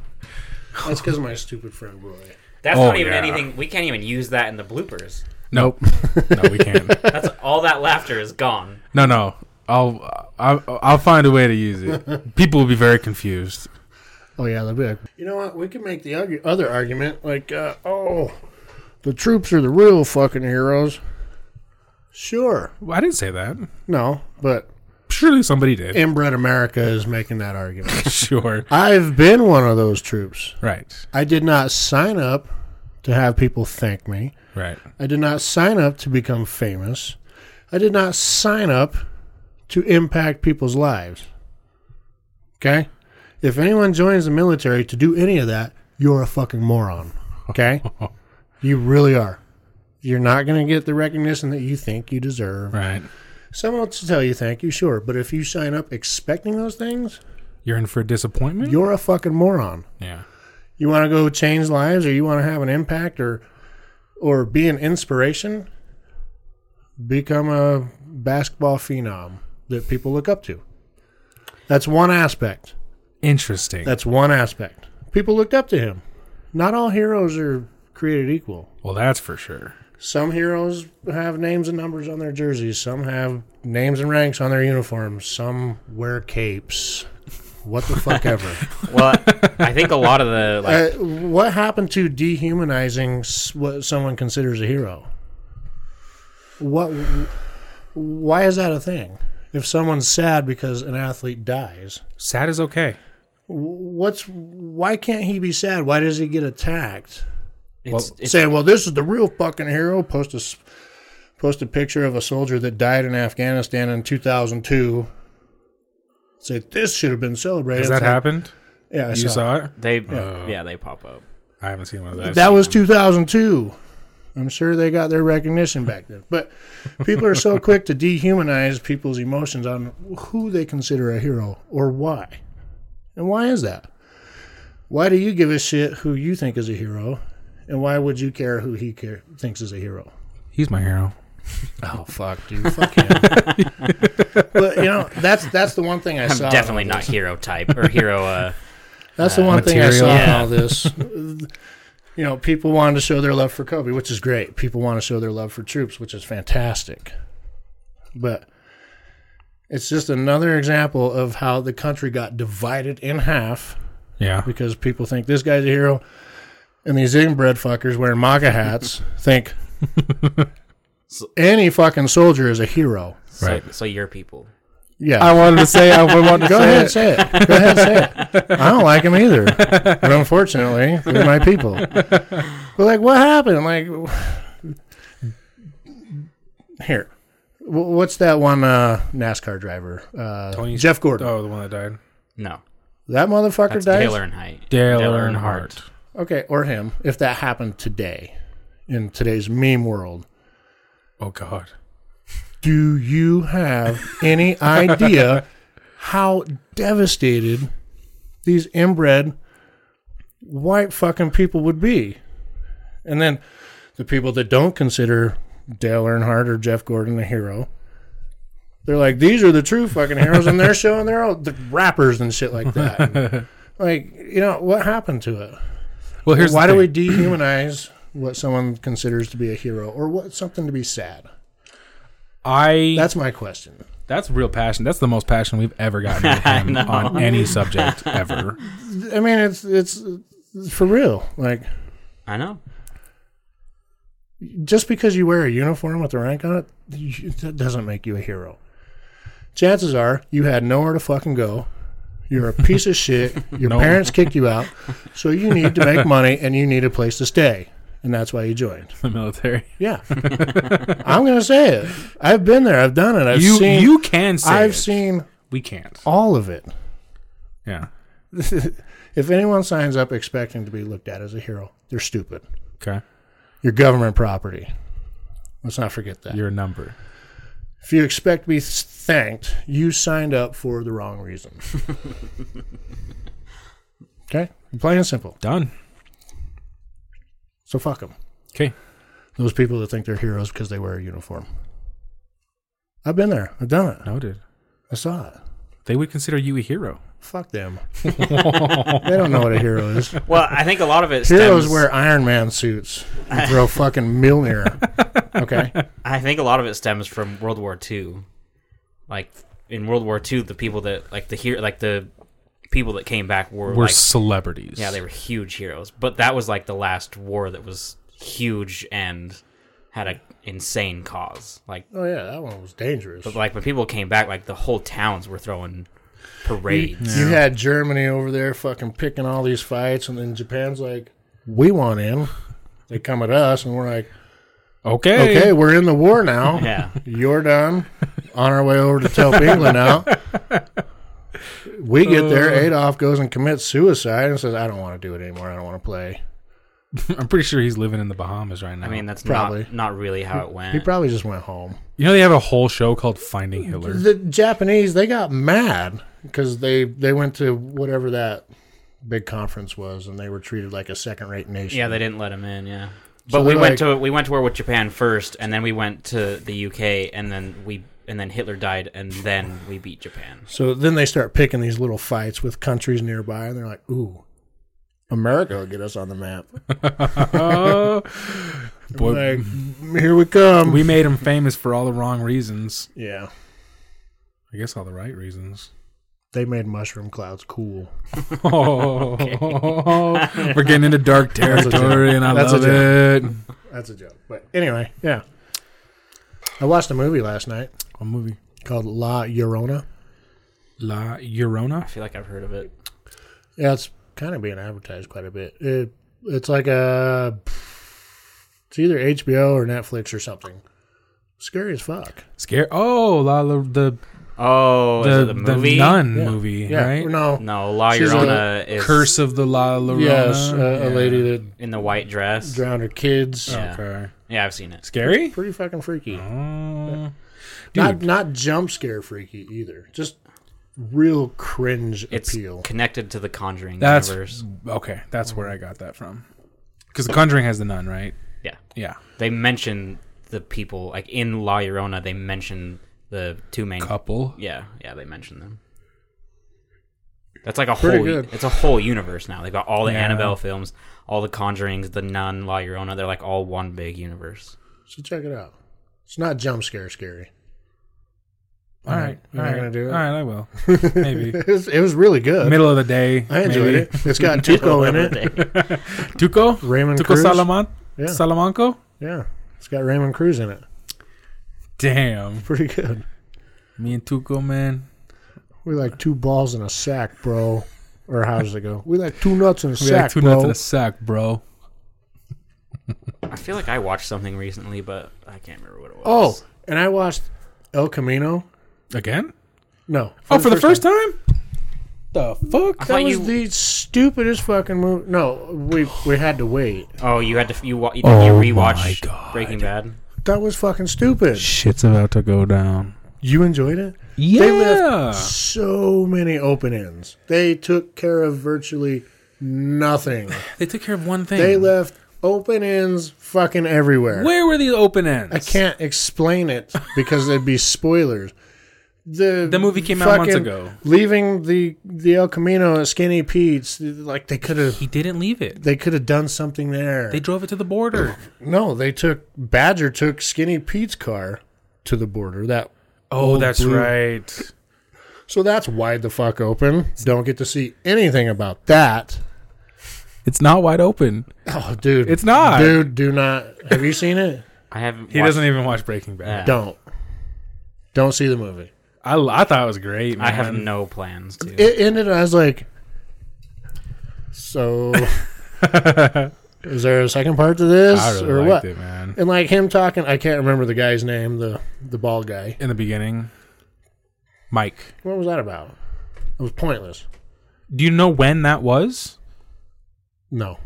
That's because my stupid friend Roy. That's Oh, not even yeah. anything. We can't even use that in the bloopers. Nope. no, we can't. That's all that laughter is gone. No, no. I'll I'll, I'll find a way to use it. People will be very confused. Oh yeah, they'll be like, you know what? We can make the argu- other argument, like, uh, oh, the troops are the real fucking heroes. Sure, Well, I didn't say that. no, but Surely somebody did. inbred America is making that argument. sure. I've been one of those troops. Right. I did not sign up to have people thank me. Right. I did not sign up to become famous. I did not sign up to impact people's lives. Okay? If anyone joins the military to do any of that, you're a fucking moron. Okay? you really are. You're not going to get the recognition that you think you deserve. Right. Someone else will tell you thank you, sure. But if you sign up expecting those things, You're in for a disappointment. you're a fucking moron. yeah. You want to go change lives or you want to have an impact or or be an inspiration? Become a basketball phenom that people look up to. That's one aspect. Interesting. That's one aspect. People looked up to him. Not all heroes are created equal. well, that's for sure. Some heroes have names and numbers on their jerseys. Some have names and ranks on their uniforms. Some wear capes. What the fuck ever. Well, I think a lot of the like, Uh, what happened to dehumanizing s- what someone considers a hero? What? Why is that a thing? If someone's sad because an athlete dies, Sad is okay. what's? Why can't he be sad? Why does he get attacked? it's, it's, Saying, "Well, this is the real fucking hero." Post a s- post a picture of a soldier that died in Afghanistan in 2002. Say this should have been celebrated. Has that It's like- happened? Yeah, I You saw it. saw it? they yeah they pop up. I haven't seen one of those. That was 2002. I'm sure they got their recognition back then. But people are so quick to dehumanize people's emotions on who they consider a hero or why. And why is that? Why do you give a shit who you think is a hero? And why would you care who he care, thinks is a hero? He's my hero. Oh fuck, dude! Fuck him. but you know that's that's the one thing I I'm saw. definitely not hero type or hero. Uh, That's the one thing I saw in material. all this. you know, people wanted to show their love for Kobe, which is great. People want to show their love for troops, which is fantastic. But it's just another example of how the country got divided in half Yeah. because people think this guy's a hero, and these inbred fuckers wearing MAGA hats think any fucking soldier is a hero. so, Right. so your people. Yeah. I wanted to say. I wanted to Go say ahead, it. say it. Go ahead, say it. I don't like them either, but unfortunately, they're my people. But like, what happened? Like, here, Wh- what's that one uh, NASCAR driver? Uh, Tony- Jeff Gordon. Oh, the one that died. No, that motherfucker that's died. Dale Earnhardt. Dale, Earnhardt. Okay, or him. If that happened today, in today's meme world, Oh God. do you have any idea how devastated these inbred white fucking people would be? And then the people that don't consider Dale Earnhardt or Jeff Gordon a hero, they're like, these are the true fucking heroes, and they're showing their own the rappers and shit like that. like, you know, what happened to it? Well, here's Why the do we thing. dehumanize what someone considers to be a hero or what something to be sad? I That's my question. That's real passion. That's the most passion we've ever gotten out of him on any subject ever. I mean, it's it's for real. Like I know. just because you wear a uniform with a rank on it, you, that doesn't make you a hero. Chances are you had nowhere to fucking go. You're a piece of shit. Your No. parents kicked you out, so you need to make money and you need a place to stay, and that's why you joined. The military. Yeah, I'm gonna say it. I've been there. I've done it. I've you seen. you can say I've it. seen we can't. all of it. Yeah. if anyone signs up expecting to be looked at as a hero, they're stupid. Okay. You're government property. Let's not forget that. Your number. If you expect to be thanked, you signed up for the wrong reason. okay? Plain and simple. Done. So fuck them. Okay. Those people that think they're heroes because they wear a uniform. I've been there. I've done it. Noted. I saw it. They would consider you a hero. Fuck them. they don't know what a hero is. Well, I think a lot of it Heroes stems. wear Iron Man suits and throw fucking Mjolnir. Okay? I think a lot of it stems from World War II. Like in World War II, the people that like the here like the people that came back were, We're like celebrities. yeah they were huge heroes. But that was like the last war that was huge and had a insane cause. Like Oh, yeah, that one was dangerous. but like when people came back, like the whole towns were throwing parades. You had Germany over there fucking picking all these fights, and then Japan's like, we want in. They come at us, and we're like, Okay. okay, we're in the war now. Yeah. You're done. On our way over to Telp England now. We Uh. get there. Adolf goes and commits suicide and says, I don't want to do it anymore. I don't want to play. I'm pretty sure he's living in the Bahamas right now. I mean, that's Probably. not not really how it went. He probably just went home. you know they have a whole show called Finding Hitler. The Japanese, they got mad because they, they went to whatever that big conference was and they were treated like a second rate nation. yeah, they didn't let him in. Yeah, but So we they're went to we went to war with Japan first, and then we went to the UK, and then we and then Hitler died, and then we beat Japan. So then they start picking these little fights with countries nearby, and they're like, "Ooh, America will get us on the map." Oh, boy, Like, here we come. we made him famous for all the wrong reasons. yeah, I guess all the right reasons. they made mushroom clouds cool. Oh, we're getting into dark That's a joke. territory, and I That's a love it. That's a joke, but anyway, yeah. I watched a movie last night What movie? called La Llorona. La Llorona. I feel like I've heard of it. Yeah, it's kind of being advertised quite a bit. It, it's like a, it's either HBO or Netflix or something. Scary as fuck. Scare. Oh, La, La the Oh, is the, it the, the movie? nun Yeah. movie, Yeah, right? no, No, La She's a Llorona is Curse of the La Llorona. yes, a, a Yeah. Oh, lady that in the white dress. drowned her kids. Yeah. Okay. Yeah, I've seen it. Scary. pretty fucking freaky. Oh. Not not jump scare freaky either. Just real cringe It's appeal. connected to the Conjuring That's universe. okay. That's where I got that from. Because The Conjuring has the nun, right? Yeah, Yeah. they mention the people like in La Llorona. They mention the two main Couple. Yeah, yeah, they mentioned them. That's like a Pretty whole. good. It's a whole universe now. They've got all the Yeah. Annabelle films, all the Conjuring's, the Nun, La Llorona. They're like all one big universe. So check it out. It's not jump scare scary. All right. You're all not right. gonna do it? All right. I will. Maybe. It was, it was really good. Middle of the day. I enjoyed maybe. it. It's got Tuco in it. Tuco. Raymond Tuco Cruz. Salaman. Yeah. Salamanco. Yeah, it's got Raymond Cruz in it. Damn. Pretty good. Me and Tuco, man. We like two balls in a sack, bro. Or how does it go? We like two nuts in a We sack, had two bro. nuts in a sack, bro. I feel like I watched something recently, but I can't remember what it oh, was. and I watched El Camino. Again? No. oh, for the first time? The fuck? thought That was you- the stupidest fucking movie. No, we we had to wait. Oh, you had to you wa- you, did Oh you my rewatch God. Breaking Bad? That was fucking stupid. Shit's about to go down. You enjoyed it? Yeah. They left so many open ends. They took care of virtually nothing. They took care of one thing. They left open ends fucking everywhere. Where were the open ends? I can't explain it because there'd be spoilers. The The movie came out months fucking- ago. Leaving the the El Camino at Skinny Pete's, like they could have He didn't leave it. they could have done something there. They drove it to the border. no, they took Badger took Skinny Pete's car to the border. That oh, that's blue- right. So that's wide the fuck open. Don't get to see anything about that. It's not wide open. Oh, dude, It's not. Dude, do not. Have you seen it? I haven't. He watched- doesn't even watch Breaking Bad. Yeah. Don't. Don't see the movie. I, I thought it was great. Man. I have no plans to. It ended. I was like, so is there a second part to this I really or liked what? it, man. And like him talking, I can't remember the guy's name. The the bald guy. In the beginning, Mike. What was that about? It was pointless. Do you know when that was? No.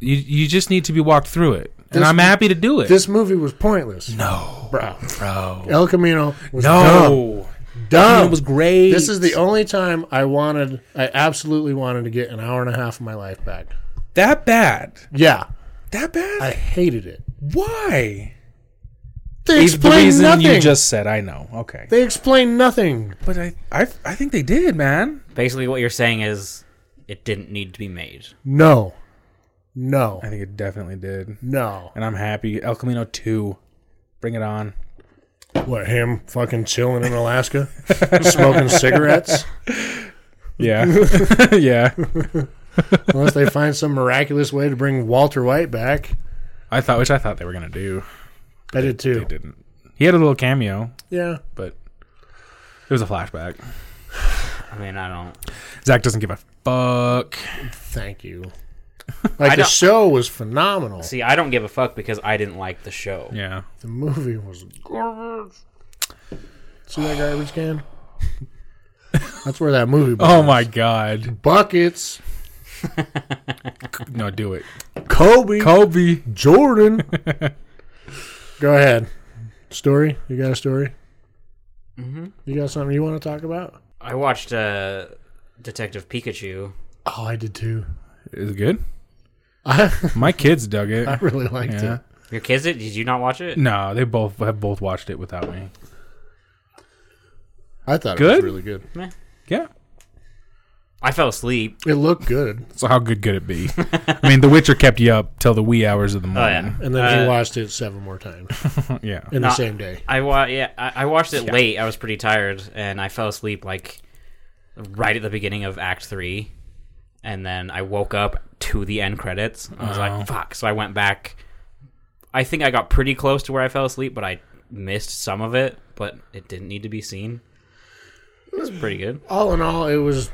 You you just need to be walked through it. and I'm happy to do it. This movie was pointless, no, bro. bro, El Camino was no, dumb. dumb. it was great. This is the only time I wanted, I absolutely wanted to get an hour and a half of my life back. that bad, Yeah, that bad. I hated it. Why? They the explained reason nothing. you just said. I know. Okay, they explained nothing. but I, I, I think they did, man. Basically, what you're saying is it didn't need to be made. No, no, I think it definitely did, no. and I'm happy. El Camino two, bring it on. What him fucking chilling in Alaska, smoking cigarettes? Yeah, yeah. Unless they find some miraculous way to bring Walter White back. I thought, which I thought they were gonna do. I did They too. didn't. He had a little cameo, Yeah. but it was a flashback. I mean, I don't. Zach doesn't give a fuck. Thank you. Like the don't- show was phenomenal. See, I don't give a fuck because I didn't like the show. Yeah. The movie was garbage. See that garbage can? That's where that movie. Oh my god. Buckets, No, do it. Kobe, Kobe. Jordan. Go ahead. Story? You got a story? Mm-hmm. You got something you want to talk about? I watched uh, Detective Pikachu. Oh, I did too. Is it good? I, My kids dug it. I really liked Yeah. it. Your kids did? Did you not watch it? No, they both have both watched it without me. I thought it was Good? really good. Yeah. I fell asleep. It looked good. So how good could it be? I mean, The Witcher kept you up till the wee hours of the Oh yeah. morning. And then Uh, you watched it seven more times yeah. in the Not- same day. I wa- yeah, I, I watched it late. I was pretty tired, and I fell asleep like right at the beginning of Act Three, and then I woke up to the end credits. I was Oh. like, "Fuck!" So I went back. I think I got pretty close to where I fell asleep, but I missed some of it. But it didn't need to be seen. It was pretty good. All in all, it was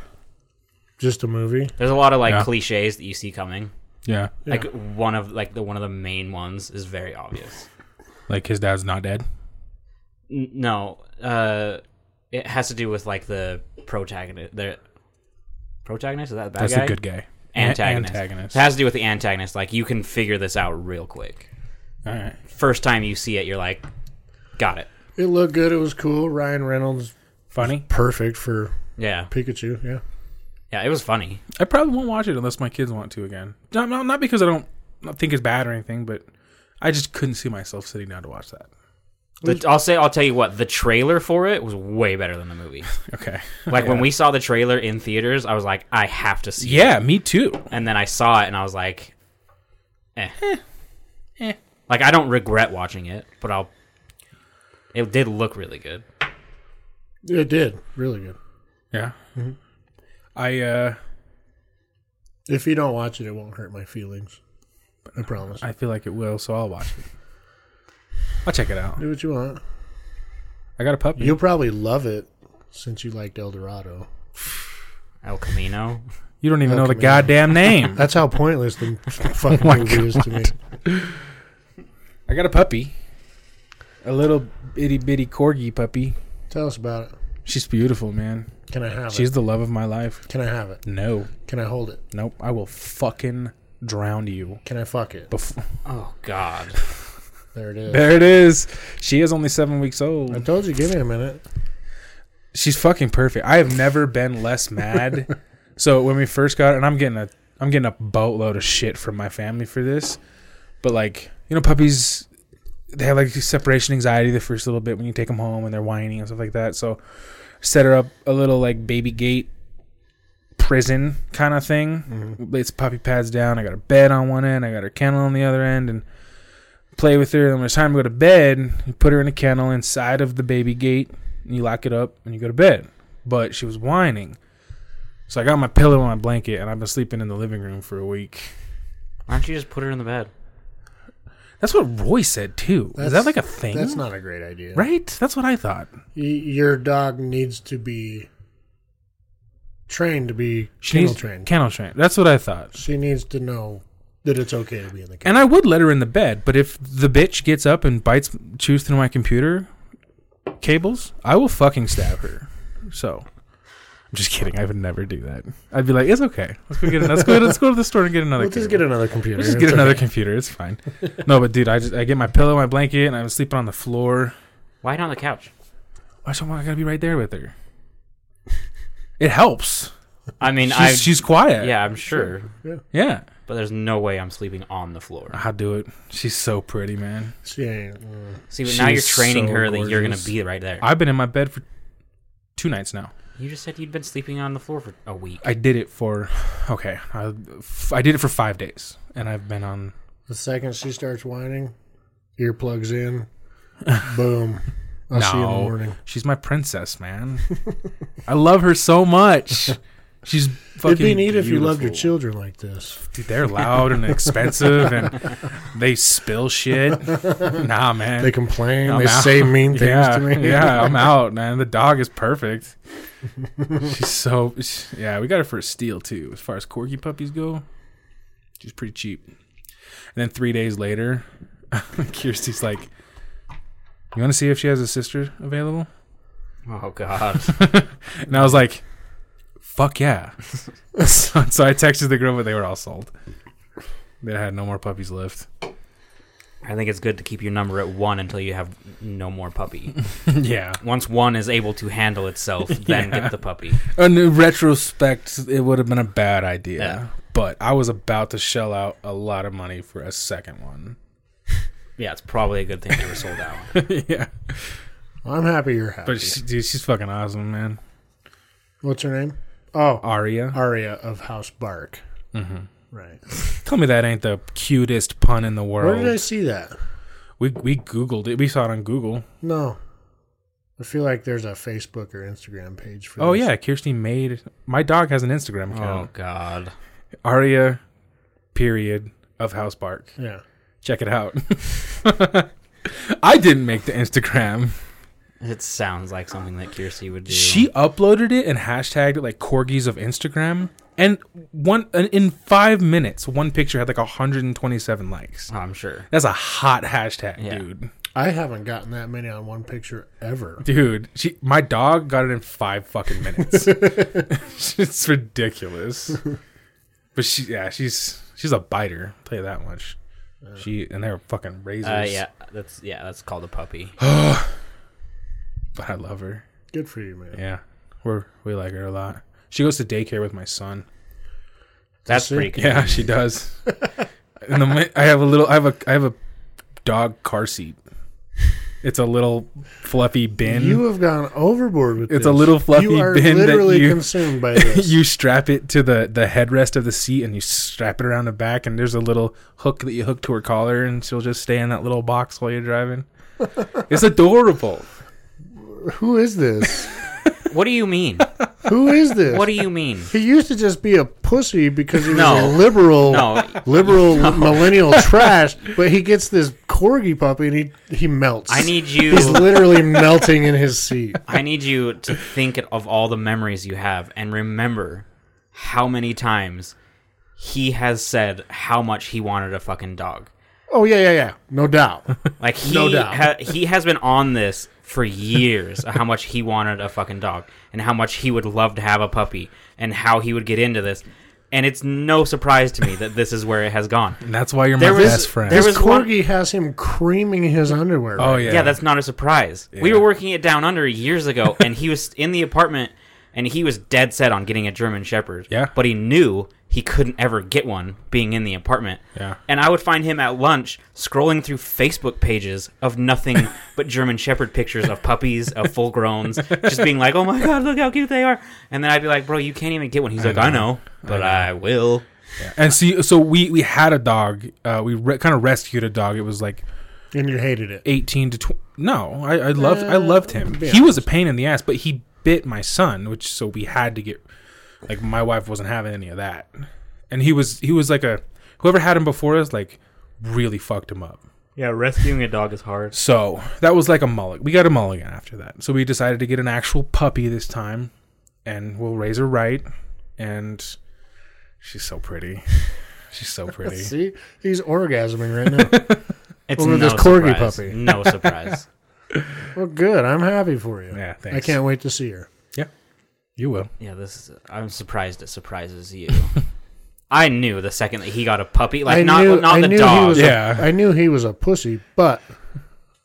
just a movie. There's a lot of like Yeah. cliches that you see coming. Yeah. Like one of like the one of the main ones is very obvious. Like his dad's not dead. N- no uh it has to do with like the protagonist the protagonist is that the bad That's guy the good guy. An- antagonist. Antagonist. it has to do with the antagonist like you can figure this out real quick All right. first time you see it you're like got it It looked good. It was cool. Ryan Reynolds, Funny. perfect for yeah Pikachu. Yeah. yeah it was funny I probably won't watch it unless my kids want to again. Not, not, not because I don't not think it's bad or anything, but I just couldn't see myself sitting down to watch that. The- i'll say i'll tell you what the trailer for it was way better than the movie Okay. like when we saw the trailer in theaters i was like i have to see it Yeah, me too. and then i saw it and i was like eh. like i don't regret watching it but i'll it did look really good It did. Really good. Yeah. Mm-hmm. I uh If you don't watch it, it won't hurt my feelings. I promise. I feel like it will, so I'll watch it. I'll check it out. Do what you want. I got a puppy. You'll probably love it since you liked El Dorado. El Camino. You don't even know the Pokemon. goddamn name. That's how pointless the fucking Oh my movie is to me. I got a puppy. A little itty bitty corgi puppy. Tell us about it. She's beautiful, man. Can I have She's it? the love of my life. Can I have it? No. Can I hold it? Nope. I will fucking drown you. Can I fuck it? Bef- Oh God. There it is. there it is. She is only seven weeks I old. told you, give me a minute. She's fucking perfect. I have never been less mad. so when we first got her, and I'm getting a I'm getting a boatload of shit from my family for this. But like, you know, puppies they have like separation anxiety the first little bit when you take them home and they're whining and stuff like that. So set her up a little like baby gate prison kind of thing. Lays puppy pads down. I got her bed on one end. I got her kennel on the other end, and play with her. And when it's time to go to bed, you put her in a kennel inside of the baby gate, and you lock it up, and you go to bed. But she was whining, so I got my pillow and my blanket, and I've been sleeping in the living room for a week. Why don't you just put her in the bed? That's what Roy said too. Is that That's- like a thing? That's not a great idea. right. That's what I thought. Y- your dog needs to be trained to be She kennel needs- trained. Kennel train. That's what I thought. she needs to know that it's okay to be in the kennel. And I would let her in the bed, but if the bitch gets up and bites, chews through my computer cables, I will fucking stab her. So just kidding. I would never do that. I'd be like, it's okay. Let's go get. an- Let's go. Let's go to the store and get another. We'll just computer. get another computer. We'll just It's get another okay. computer. It's fine. no, but dude, I just I get my pillow, my blanket, and I'm sleeping on the floor. Why not on the couch? Why someone I gotta be right there with her? It helps. I mean, She's, I she's quiet. yeah, I'm sure, yeah. but there's no way I'm sleeping on the floor. I do it. She's so pretty, man. See, I ain't, uh, See, but She now you're is training so her that you're gonna gorgeous. be right there. I've been in my bed for two nights now. you just said you'd been sleeping on the floor for a week. I did it for okay. I, f- I did it for five days, and I've been on. the second she starts whining, earplugs in, boom. I'll see you in the No. morning. She's my princess, man. I love her so much. She's fucking. It'd be neat if you loved your beautiful. children like this. Dude, they're loud and expensive, and they spill shit. Nah, man. They complain. I'm they out. say mean things yeah, to me. yeah, I'm out, man. The dog is perfect. she's so she- yeah. We got her for a steal too. As far as corgi puppies go, she's pretty cheap. And then three days later, Kirsty's like, "You want to see if she has a sister available?" oh God, And I was like, "Fuck yeah!" so, so I texted the girl, but they were all sold. They had no more puppies left. I think it's good to keep your number at one until you have no more puppy. yeah. Once one is able to handle itself, then Yeah. get the puppy. In retrospect, it would have been a bad idea. Yeah. But I was about to shell out a lot of money for a second one. Yeah, it's probably a good thing they were sold out. yeah. I'm happy you're happy. But she, dude, she's fucking awesome, man. What's her name? Oh, Aria. Aria of House Bark. Mm-hmm. Right. Tell me that ain't the cutest pun in the Where did I world. see that? we we Googled it. We saw it on Google. No. I feel like there's a Facebook or Instagram page for Oh this. yeah, Kirsty made my dog has an Instagram Oh account. God, Oh. Aria period of House Bark. Yeah. Check it out. I didn't make the Instagram. it sounds like something that Kiersey would do. She uploaded it and hashtagged it like corgis of Instagram, and one and in five minutes, one picture had like 127 likes. Oh, I'm sure. That's a hot hashtag, Yeah. dude. I haven't gotten that many on one picture ever. Dude, she my dog got it in five fucking minutes. it's ridiculous. But she, yeah, she's she's a biter. I'll tell you that much. She and they're fucking razors. Uh, yeah, that's yeah, that's called a puppy. but I love her. Good for you, man. Yeah, we're we like her a lot. She goes to daycare with my son. That's see? pretty. Good. Yeah, she does. and the, mi- I have a little. I have a. I have a dog car seat. It's a little fluffy bin. You have gone overboard with It's this. a little fluffy You are bin that literally you- consumed by this. you strap it to the the headrest of the seat, and you strap it around the back. And there's a little hook that you hook to her collar, and she'll just stay in that little box while you're driving. it's adorable. Who is this? What do you mean? Who is this? What do you mean? he used to just be a pussy because he was No. a liberal, No. liberal millennial trash. But he gets this corgi puppy and he he melts. I need you. He's literally melting in his seat. I need you to think of all the memories you have and remember how many times he has said how much he wanted a fucking dog. Oh yeah, yeah, yeah. No doubt. Like he No doubt. ha- he has been on this for years of how much he wanted a fucking dog and how much he would love to have a puppy and how he would get into this. And it's no surprise to me that this is where it has gone. And that's why you're There my was- best friend. there This was one- corgi has him creaming his underwear. oh yeah, Yeah, that's not a surprise. We Yeah. were working it down under years ago, and he was in the apartment, and he was dead set on getting a German Shepherd. Yeah. but he knew he couldn't ever get one being in the apartment. Yeah. and I would find him at lunch scrolling through Facebook pages of nothing but German Shepherd pictures of puppies of full growns, just being like, "Oh my god, look how cute they are!" And then I'd be like, "Bro, you can't even get one." He's like, "I know, but I, will." And see, so we we had a dog. Uh, we re- kind of rescued a dog. It was like and you hated it. 18 to 20 no i, I loved i loved him he was a pain in the ass but he bit my son which so we had to get like my wife wasn't having any of that and he was he was like a whoever had him before us like really fucked him up Yeah, rescuing a dog is hard. so that was like a mulligan we got a mulligan after that so we decided to get an actual puppy this time and we'll raise her right and she's so pretty she's so pretty See, he's orgasming right now. It's Over no this corgi surprise. puppy. No surprise. well, good. I'm happy for you. yeah thanks I can't wait to see her. yeah You will. Yeah, this. Is, I'm surprised it surprises you. I knew the second that he got a puppy, like I not knew, not I the knew dog. He was Yeah. a, I knew he was a pussy, but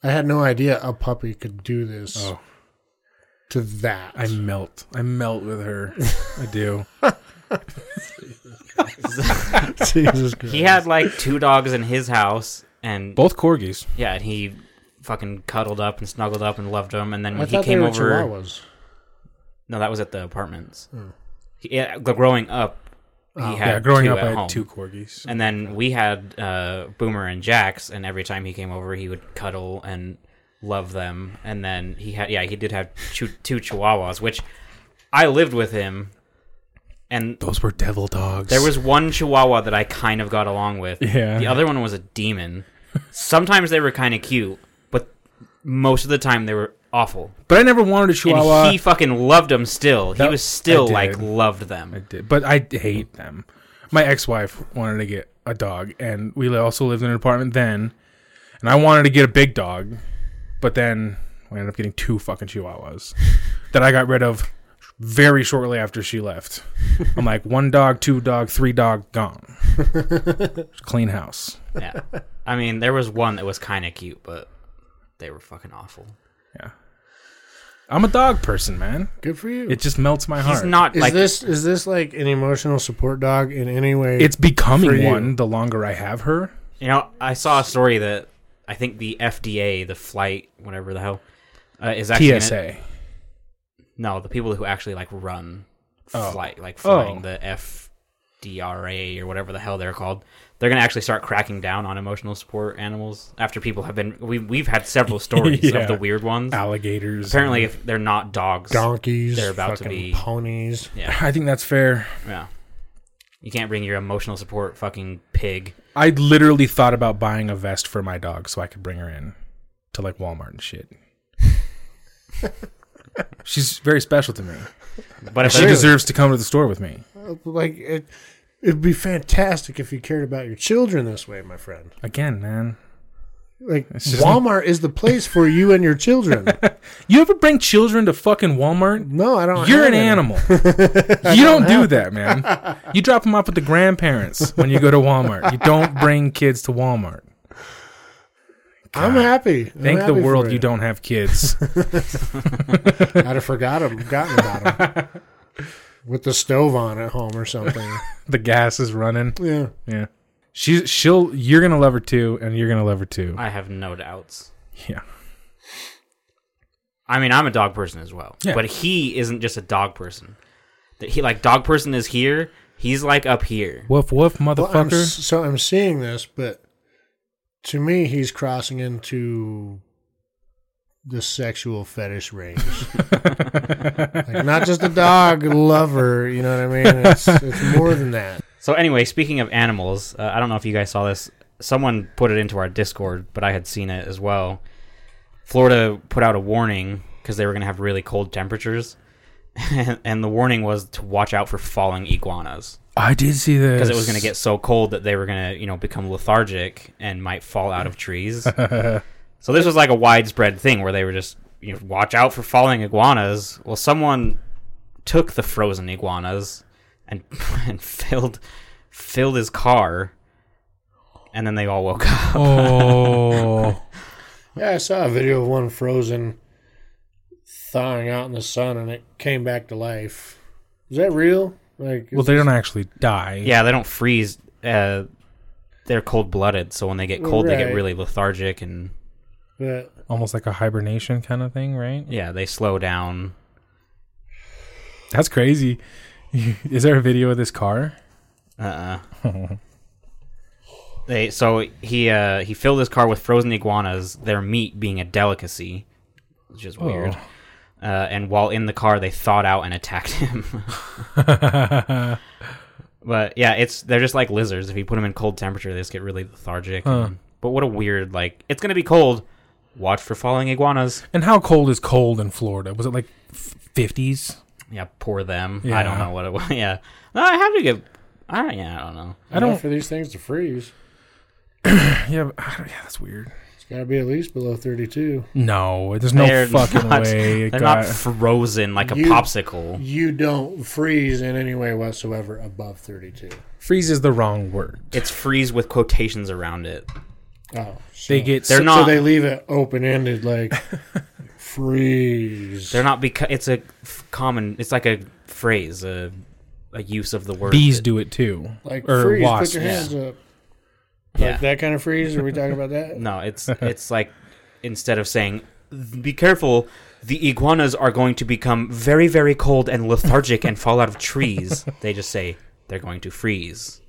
I had no idea a puppy could do this Oh. to that. I melt. I melt with her. I do. Jesus Christ. He had like two dogs in his house, and Both corgis. yeah, and he fucking cuddled up and snuggled up and loved them. And then I when he thought they came were over, chihuahuas. Hmm. no, that was at the apartments. He- Yeah, gr- growing up, he Oh, had Yeah, growing two up, at I had home. two corgis. And then we had uh, Boomer and Jax, and every time he came over, he would cuddle and love them. And then he had, yeah, he did have two, two Chihuahuas, which I lived with him, and Those were devil dogs. there was one Chihuahua that I kind of got along with. Yeah. The other one was a demon. Sometimes they were kind of cute, but most of the time they were awful. but I never wanted a And chihuahua. he fucking loved them still. That- he was still I like did. loved I them. did, but I hate them. My ex-wife wanted to get a dog, and we li- also lived in an apartment then. And I wanted to get a big dog, but then we ended up getting two fucking chihuahuas that I got rid of very shortly after she left. I'm like one dog, two dog, three dog gone. It's a clean house. Yeah. I mean, there was one that was kind of cute, but they were fucking awful. Yeah, I'm a dog person, man. Good for you. It just melts my heart. He's not is like this is this like an emotional support dog in any way? It's For becoming you. one the longer I have her. You know, I saw a story that I think the FDA, the flight, whatever the hell, uh, is actually in it. TSA. No, the people who actually like run flight, like Oh. flying the FDRA or whatever the hell they're called. They're gonna actually start cracking down on emotional support animals after people have been. We we've had several stories Yeah. of the weird ones. Alligators. Apparently, if they're not dogs, donkeys. They're about to fucking be- ponies. I think that's fair. yeah, you can't bring your emotional support fucking pig. I literally thought about buying a vest for my dog so I could bring her in to like Walmart and shit. She's very special to me. But if She they're- deserves to come to the store with me. Like it. It'd be fantastic if you cared about your children this way, my friend. Again, man. Like just- Walmart is the place for you and your children. You ever bring children to fucking Walmart? No, I don't. You're have an any. animal. you don't do that, man. You drop them off with the grandparents when you go to Walmart. You don't bring kids to Walmart. I'm happy. I'm Thank the happy world for you. don't have kids. I'd have forgot him, forgotten about him. With the stove on at home or something. the gas is running. Yeah. Yeah. She she'll you're going to love her too and you're going to love her too. I have no doubts. Yeah. I mean, I'm a dog person as well, Yeah. but he isn't just a dog person. That He like dog person is here. He's like up here. Woof woof, Well, I'm, s- motherfucker. so I'm seeing this, but to me, he's crossing into the sexual fetish range. like not just a dog lover, you know what I mean? It's, it's more than that. So anyway, speaking of animals, uh, I don't know if you guys saw this. Someone put it into our Discord, but I had seen it as well. Florida put out a warning because they were going to have really cold temperatures, and the warning was to watch out for falling iguanas I did see this because it was going to get so cold that they were going to, you know, become lethargic and might fall out of trees. so this was like a widespread thing where they were just, you know, watch out for falling iguanas. Well, someone took the frozen iguanas and and filled filled his car, and then they all woke up. Oh, Yeah, I saw a video of one frozen thawing out in the sun and it came back to life. Is that real? Like, well, they don't actually die. Yeah, they don't freeze. Uh, they're cold blooded, so when they get cold, they get Right. really lethargic and but almost like a hibernation kind of thing, right? yeah, they slow down. That's crazy. Is there a video of this car? Uh. they so he uh he filled his car with frozen iguanas, their meat being a delicacy, which is weird. Oh. Uh, and while in the car, they thawed out and attacked him. but yeah, it's they're just like lizards. If you put them in cold temperature, they just get really lethargic. and- but what a weird like it's gonna be cold. Watch for falling iguanas. And how cold is cold in Florida? Was it like fifties? Yeah, poor them. I Yeah. don't know what it was. Yeah, no, I have to give. I don't. Yeah, I don't know. I don't for these things to freeze. Yeah, but, yeah, that's weird. It's Got to be at least below 32. No, there's no they're fucking not, way. it They're got- not frozen like a You- popsicle. You don't freeze in any way whatsoever above 32. freeze is the wrong word. It's freeze with quotations around it. Oh, so They get They're so- So not. they leave it open ended, like freeze. They're not because it's a f- common. It's like a phrase, a, a use of the word. bees that- do it too, like or freeze. wasps. Put your hands up. Yeah. Like that kind of freeze. Are we talking about that? No, it's it's like instead of saying, "Be careful, the iguanas are going to become very very cold and lethargic and fall out of trees," they just say they're going to freeze.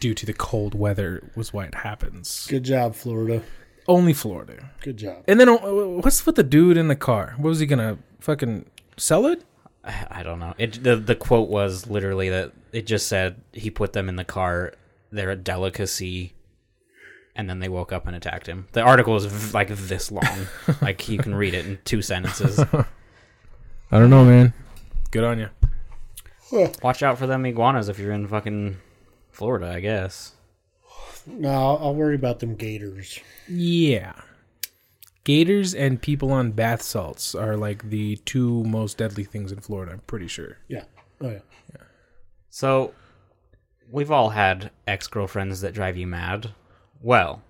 Due to the cold weather, was why it happens. Good job, Florida. Only Florida. Good job. And then uh, what's with the dude in the car? What was he gonna fucking sell it? I I don't know. It the the quote was literally that it just said he put them in the car. They're a delicacy. And then they woke up and attacked him. The article is v- like this long. like you can read it in two sentences. I don't know, man. Good on you. Watch out for them iguanas if you're in fucking Florida, I guess. No, I'll, I'll worry about them gators. Yeah. Gators and people on bath salts are like the two most deadly things in Florida, I'm pretty sure. Yeah. Oh yeah. So, we've all had ex girlfriends that drive you mad. Well,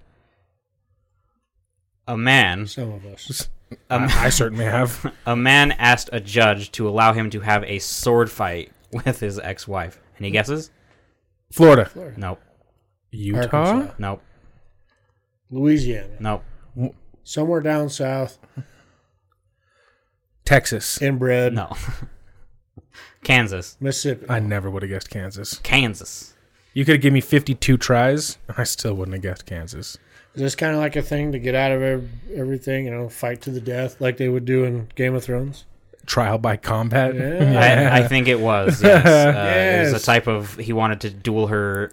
a man, Some of us. I, I certainly have. a man asked a judge to allow him to have a sword fight with his ex wife. Any guesses? Florida. Nope. Utah? Arkansas. Nope. Louisiana. Nope. Somewhere down south. Texas. Inbred. No. Kansas. Mississippi. I never would have guessed Kansas. Kansas. You could have given me 52 tries, I still wouldn't have guessed Kansas. Is this kind of like a thing to get out of ev- everything, you know, fight to the death like they would do in Game of Thrones? Trial by combat. Yeah. I, I think it was. Yes. Uh, It was Yes. a type of. He wanted to duel her.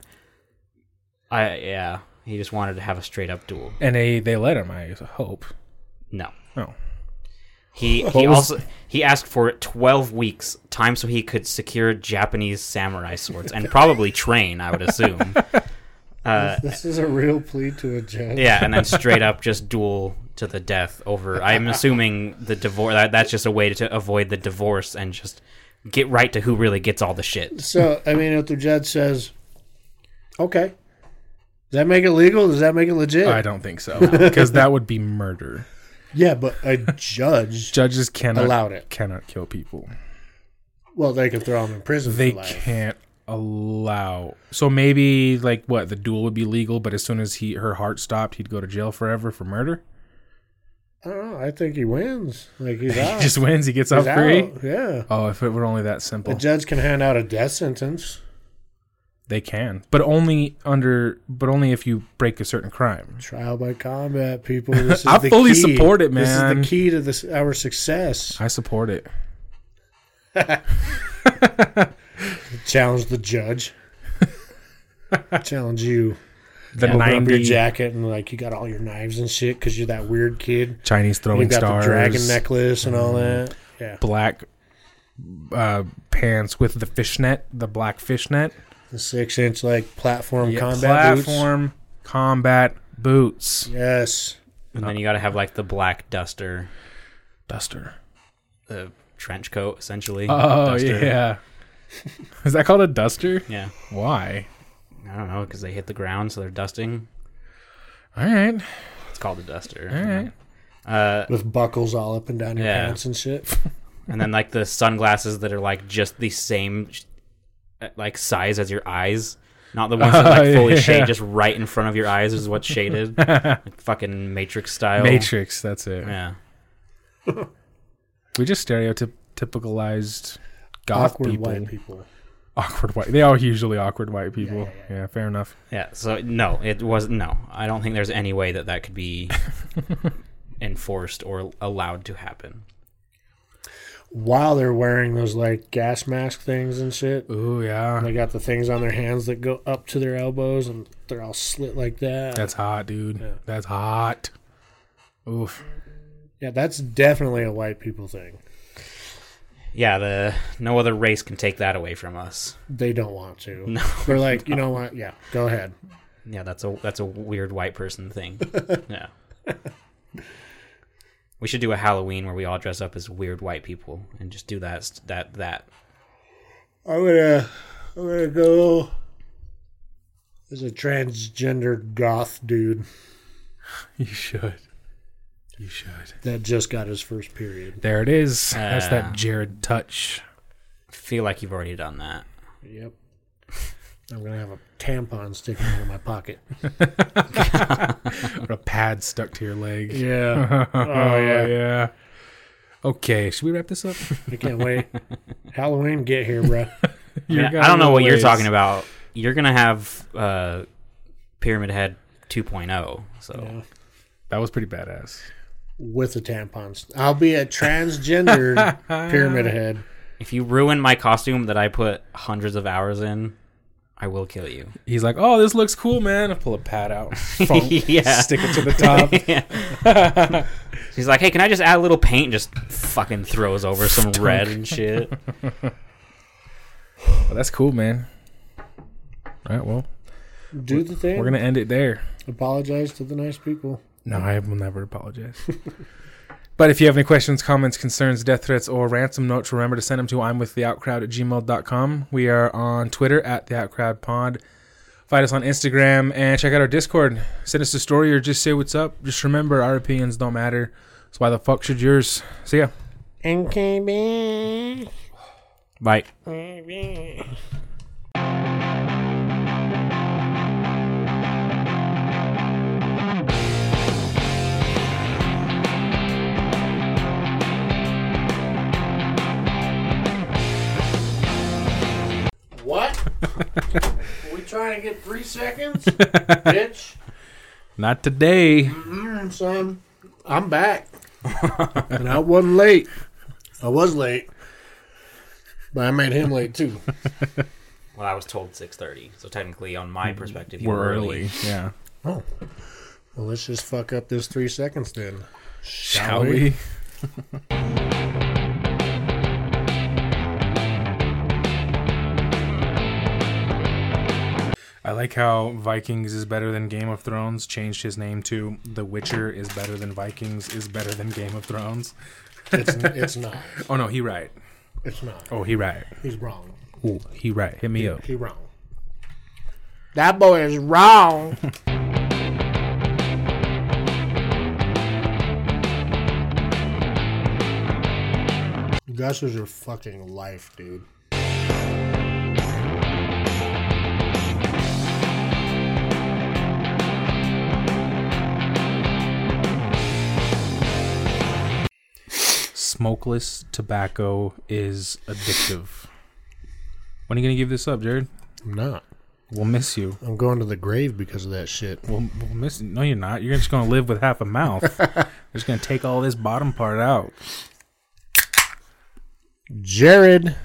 I yeah. He just wanted to have a straight up duel. And they, they let him, I hope. No. Oh. He he also he asked for 12 weeks time so he could secure Japanese samurai swords and probably train, I would assume. Uh, This is a real plea to a judge. yeah, and then straight up just duel to the death over. I'm assuming the divorce that, that's just a way to avoid the divorce and just get right to who really gets all the shit. So, I mean, if the judge says, okay, does that make it legal? Does that make it legit? I don't think so. Because that would be murder. yeah, but a judge, Judges cannot Allowed it. cannot kill people. well, they could throw him in prison they for life. can't allow so maybe like what the duel would be legal but as soon as he her heart stopped he'd go to jail forever for murder I don't know. I think he wins. Like, he's he out. just wins he gets he's out free out. Yeah. oh if it were only that The simple judge can hand out a death sentence. they can but only under but only if you break a certain crime Trial by combat, people. This is I the fully key. support it, This is man. the key to this our success. i support it Challenge the judge. Challenge you. the Open up your 90 jacket and like you got all your knives and shit because you're that weird kid. chinese You throwing got stars the dragon necklace and all that. Yeah. black uh, pants with the fishnet the black fishnet The six inch like platform Yeah, combat boots. platform combat boots Yes. And then you got to have like the black duster, duster the trench coat essentially. Oh Duster. yeah. Is that called a duster? Yeah. Why? I don't know cuz they hit the ground so they're dusting. All right. It's called a duster. All right. Uh, With buckles all up and down your Yeah. pants and shit. and then like the sunglasses that are like just the same sh- uh, like size as your eyes not the ones that Oh, like fully yeah. shade just right in front of your eyes is what's shaded like fucking matrix style Matrix, that's it. yeah We just stereotypicalized goth Awkward people. white people. Awkward white. They are usually awkward white people. Yeah, fair enough. yeah so no it was no i don't think there's any way that that could be enforced or allowed to happen While they're wearing those like gas mask things and shit. Ooh, yeah. And they got the things on their hands that go up to their elbows and they're all slit like that. That's hot, dude. Yeah. That's hot. Oof. yeah, that's definitely a white people thing. yeah the no other race can take that away from us They don't want to. No. They're like, you know what? Yeah, go ahead. Yeah, that's a that's a weird white person thing. yeah. We should do a Halloween where we all dress up as weird white people and just do that st- that that. I'm gonna I'm gonna go as a transgender goth dude You should. You should. that just got his first period. There it is. That's Ah. that Jared touch. Feel like you've already done that. Yep. I'm gonna have a tampon sticking out of my pocket. Or a pad stuck to your leg. Yeah. Oh, yeah. yeah. Okay, should we wrap this up? I can't wait. Halloween, get here, bro. You're Yeah, gone I don't know what you're ways. talking about. You're gonna have uh, Pyramid Head 2.0. So Yeah. That was pretty badass. With the tampons. I'll be a transgender pyramid head. if you ruin my costume that I put hundreds of hours in, I will kill you. He's like, "Oh, this looks cool, man." I pull a pad out, funk, Yeah. stick it to the top. He's like, hey, can I just add a little paint? Just fucking throws over some red and shit. Well, that's cool, man. All right, well, Do the thing. we're gonna end it there. apologize to the nice people. No, I will never apologize. but if you have any questions, comments, concerns, death threats, or ransom notes, remember to send them to I'm with the outcrowd at gmail.com. We are on Twitter at the outcrowd pod. Find us on Instagram and check out our Discord. Send us a story or just say what's up. Just remember, our opinions don't matter. So why the fuck should yours? See ya. NKB. Bye. What? Are we trying to get three seconds? Bitch. Not today. Mm, son. I'm back. and I wasn't late. I was late. But I made him late too. Well, I was told 6:30, so technically, on my perspective, you Mm-hmm. We're early. Yeah. Oh. Well, let's just fuck up this three seconds then. Shall we? I like how Vikings is better than Game of Thrones changed his name to The Witcher is better than Vikings is better than Game of Thrones. It's, it's not. Oh no, he right. It's not. Oh, he right. He's wrong. Ooh, he right. Hit me up. He wrong. That boy is wrong. Gus is your fucking life, dude. Smokeless tobacco is addictive. When are you gonna give this up, Jared? I'm not. We'll miss you. I'm going to the grave because of that shit. Well, well miss, no, you're not. You're just going to live with half a mouth. You're just going to take all this bottom part out. Jared.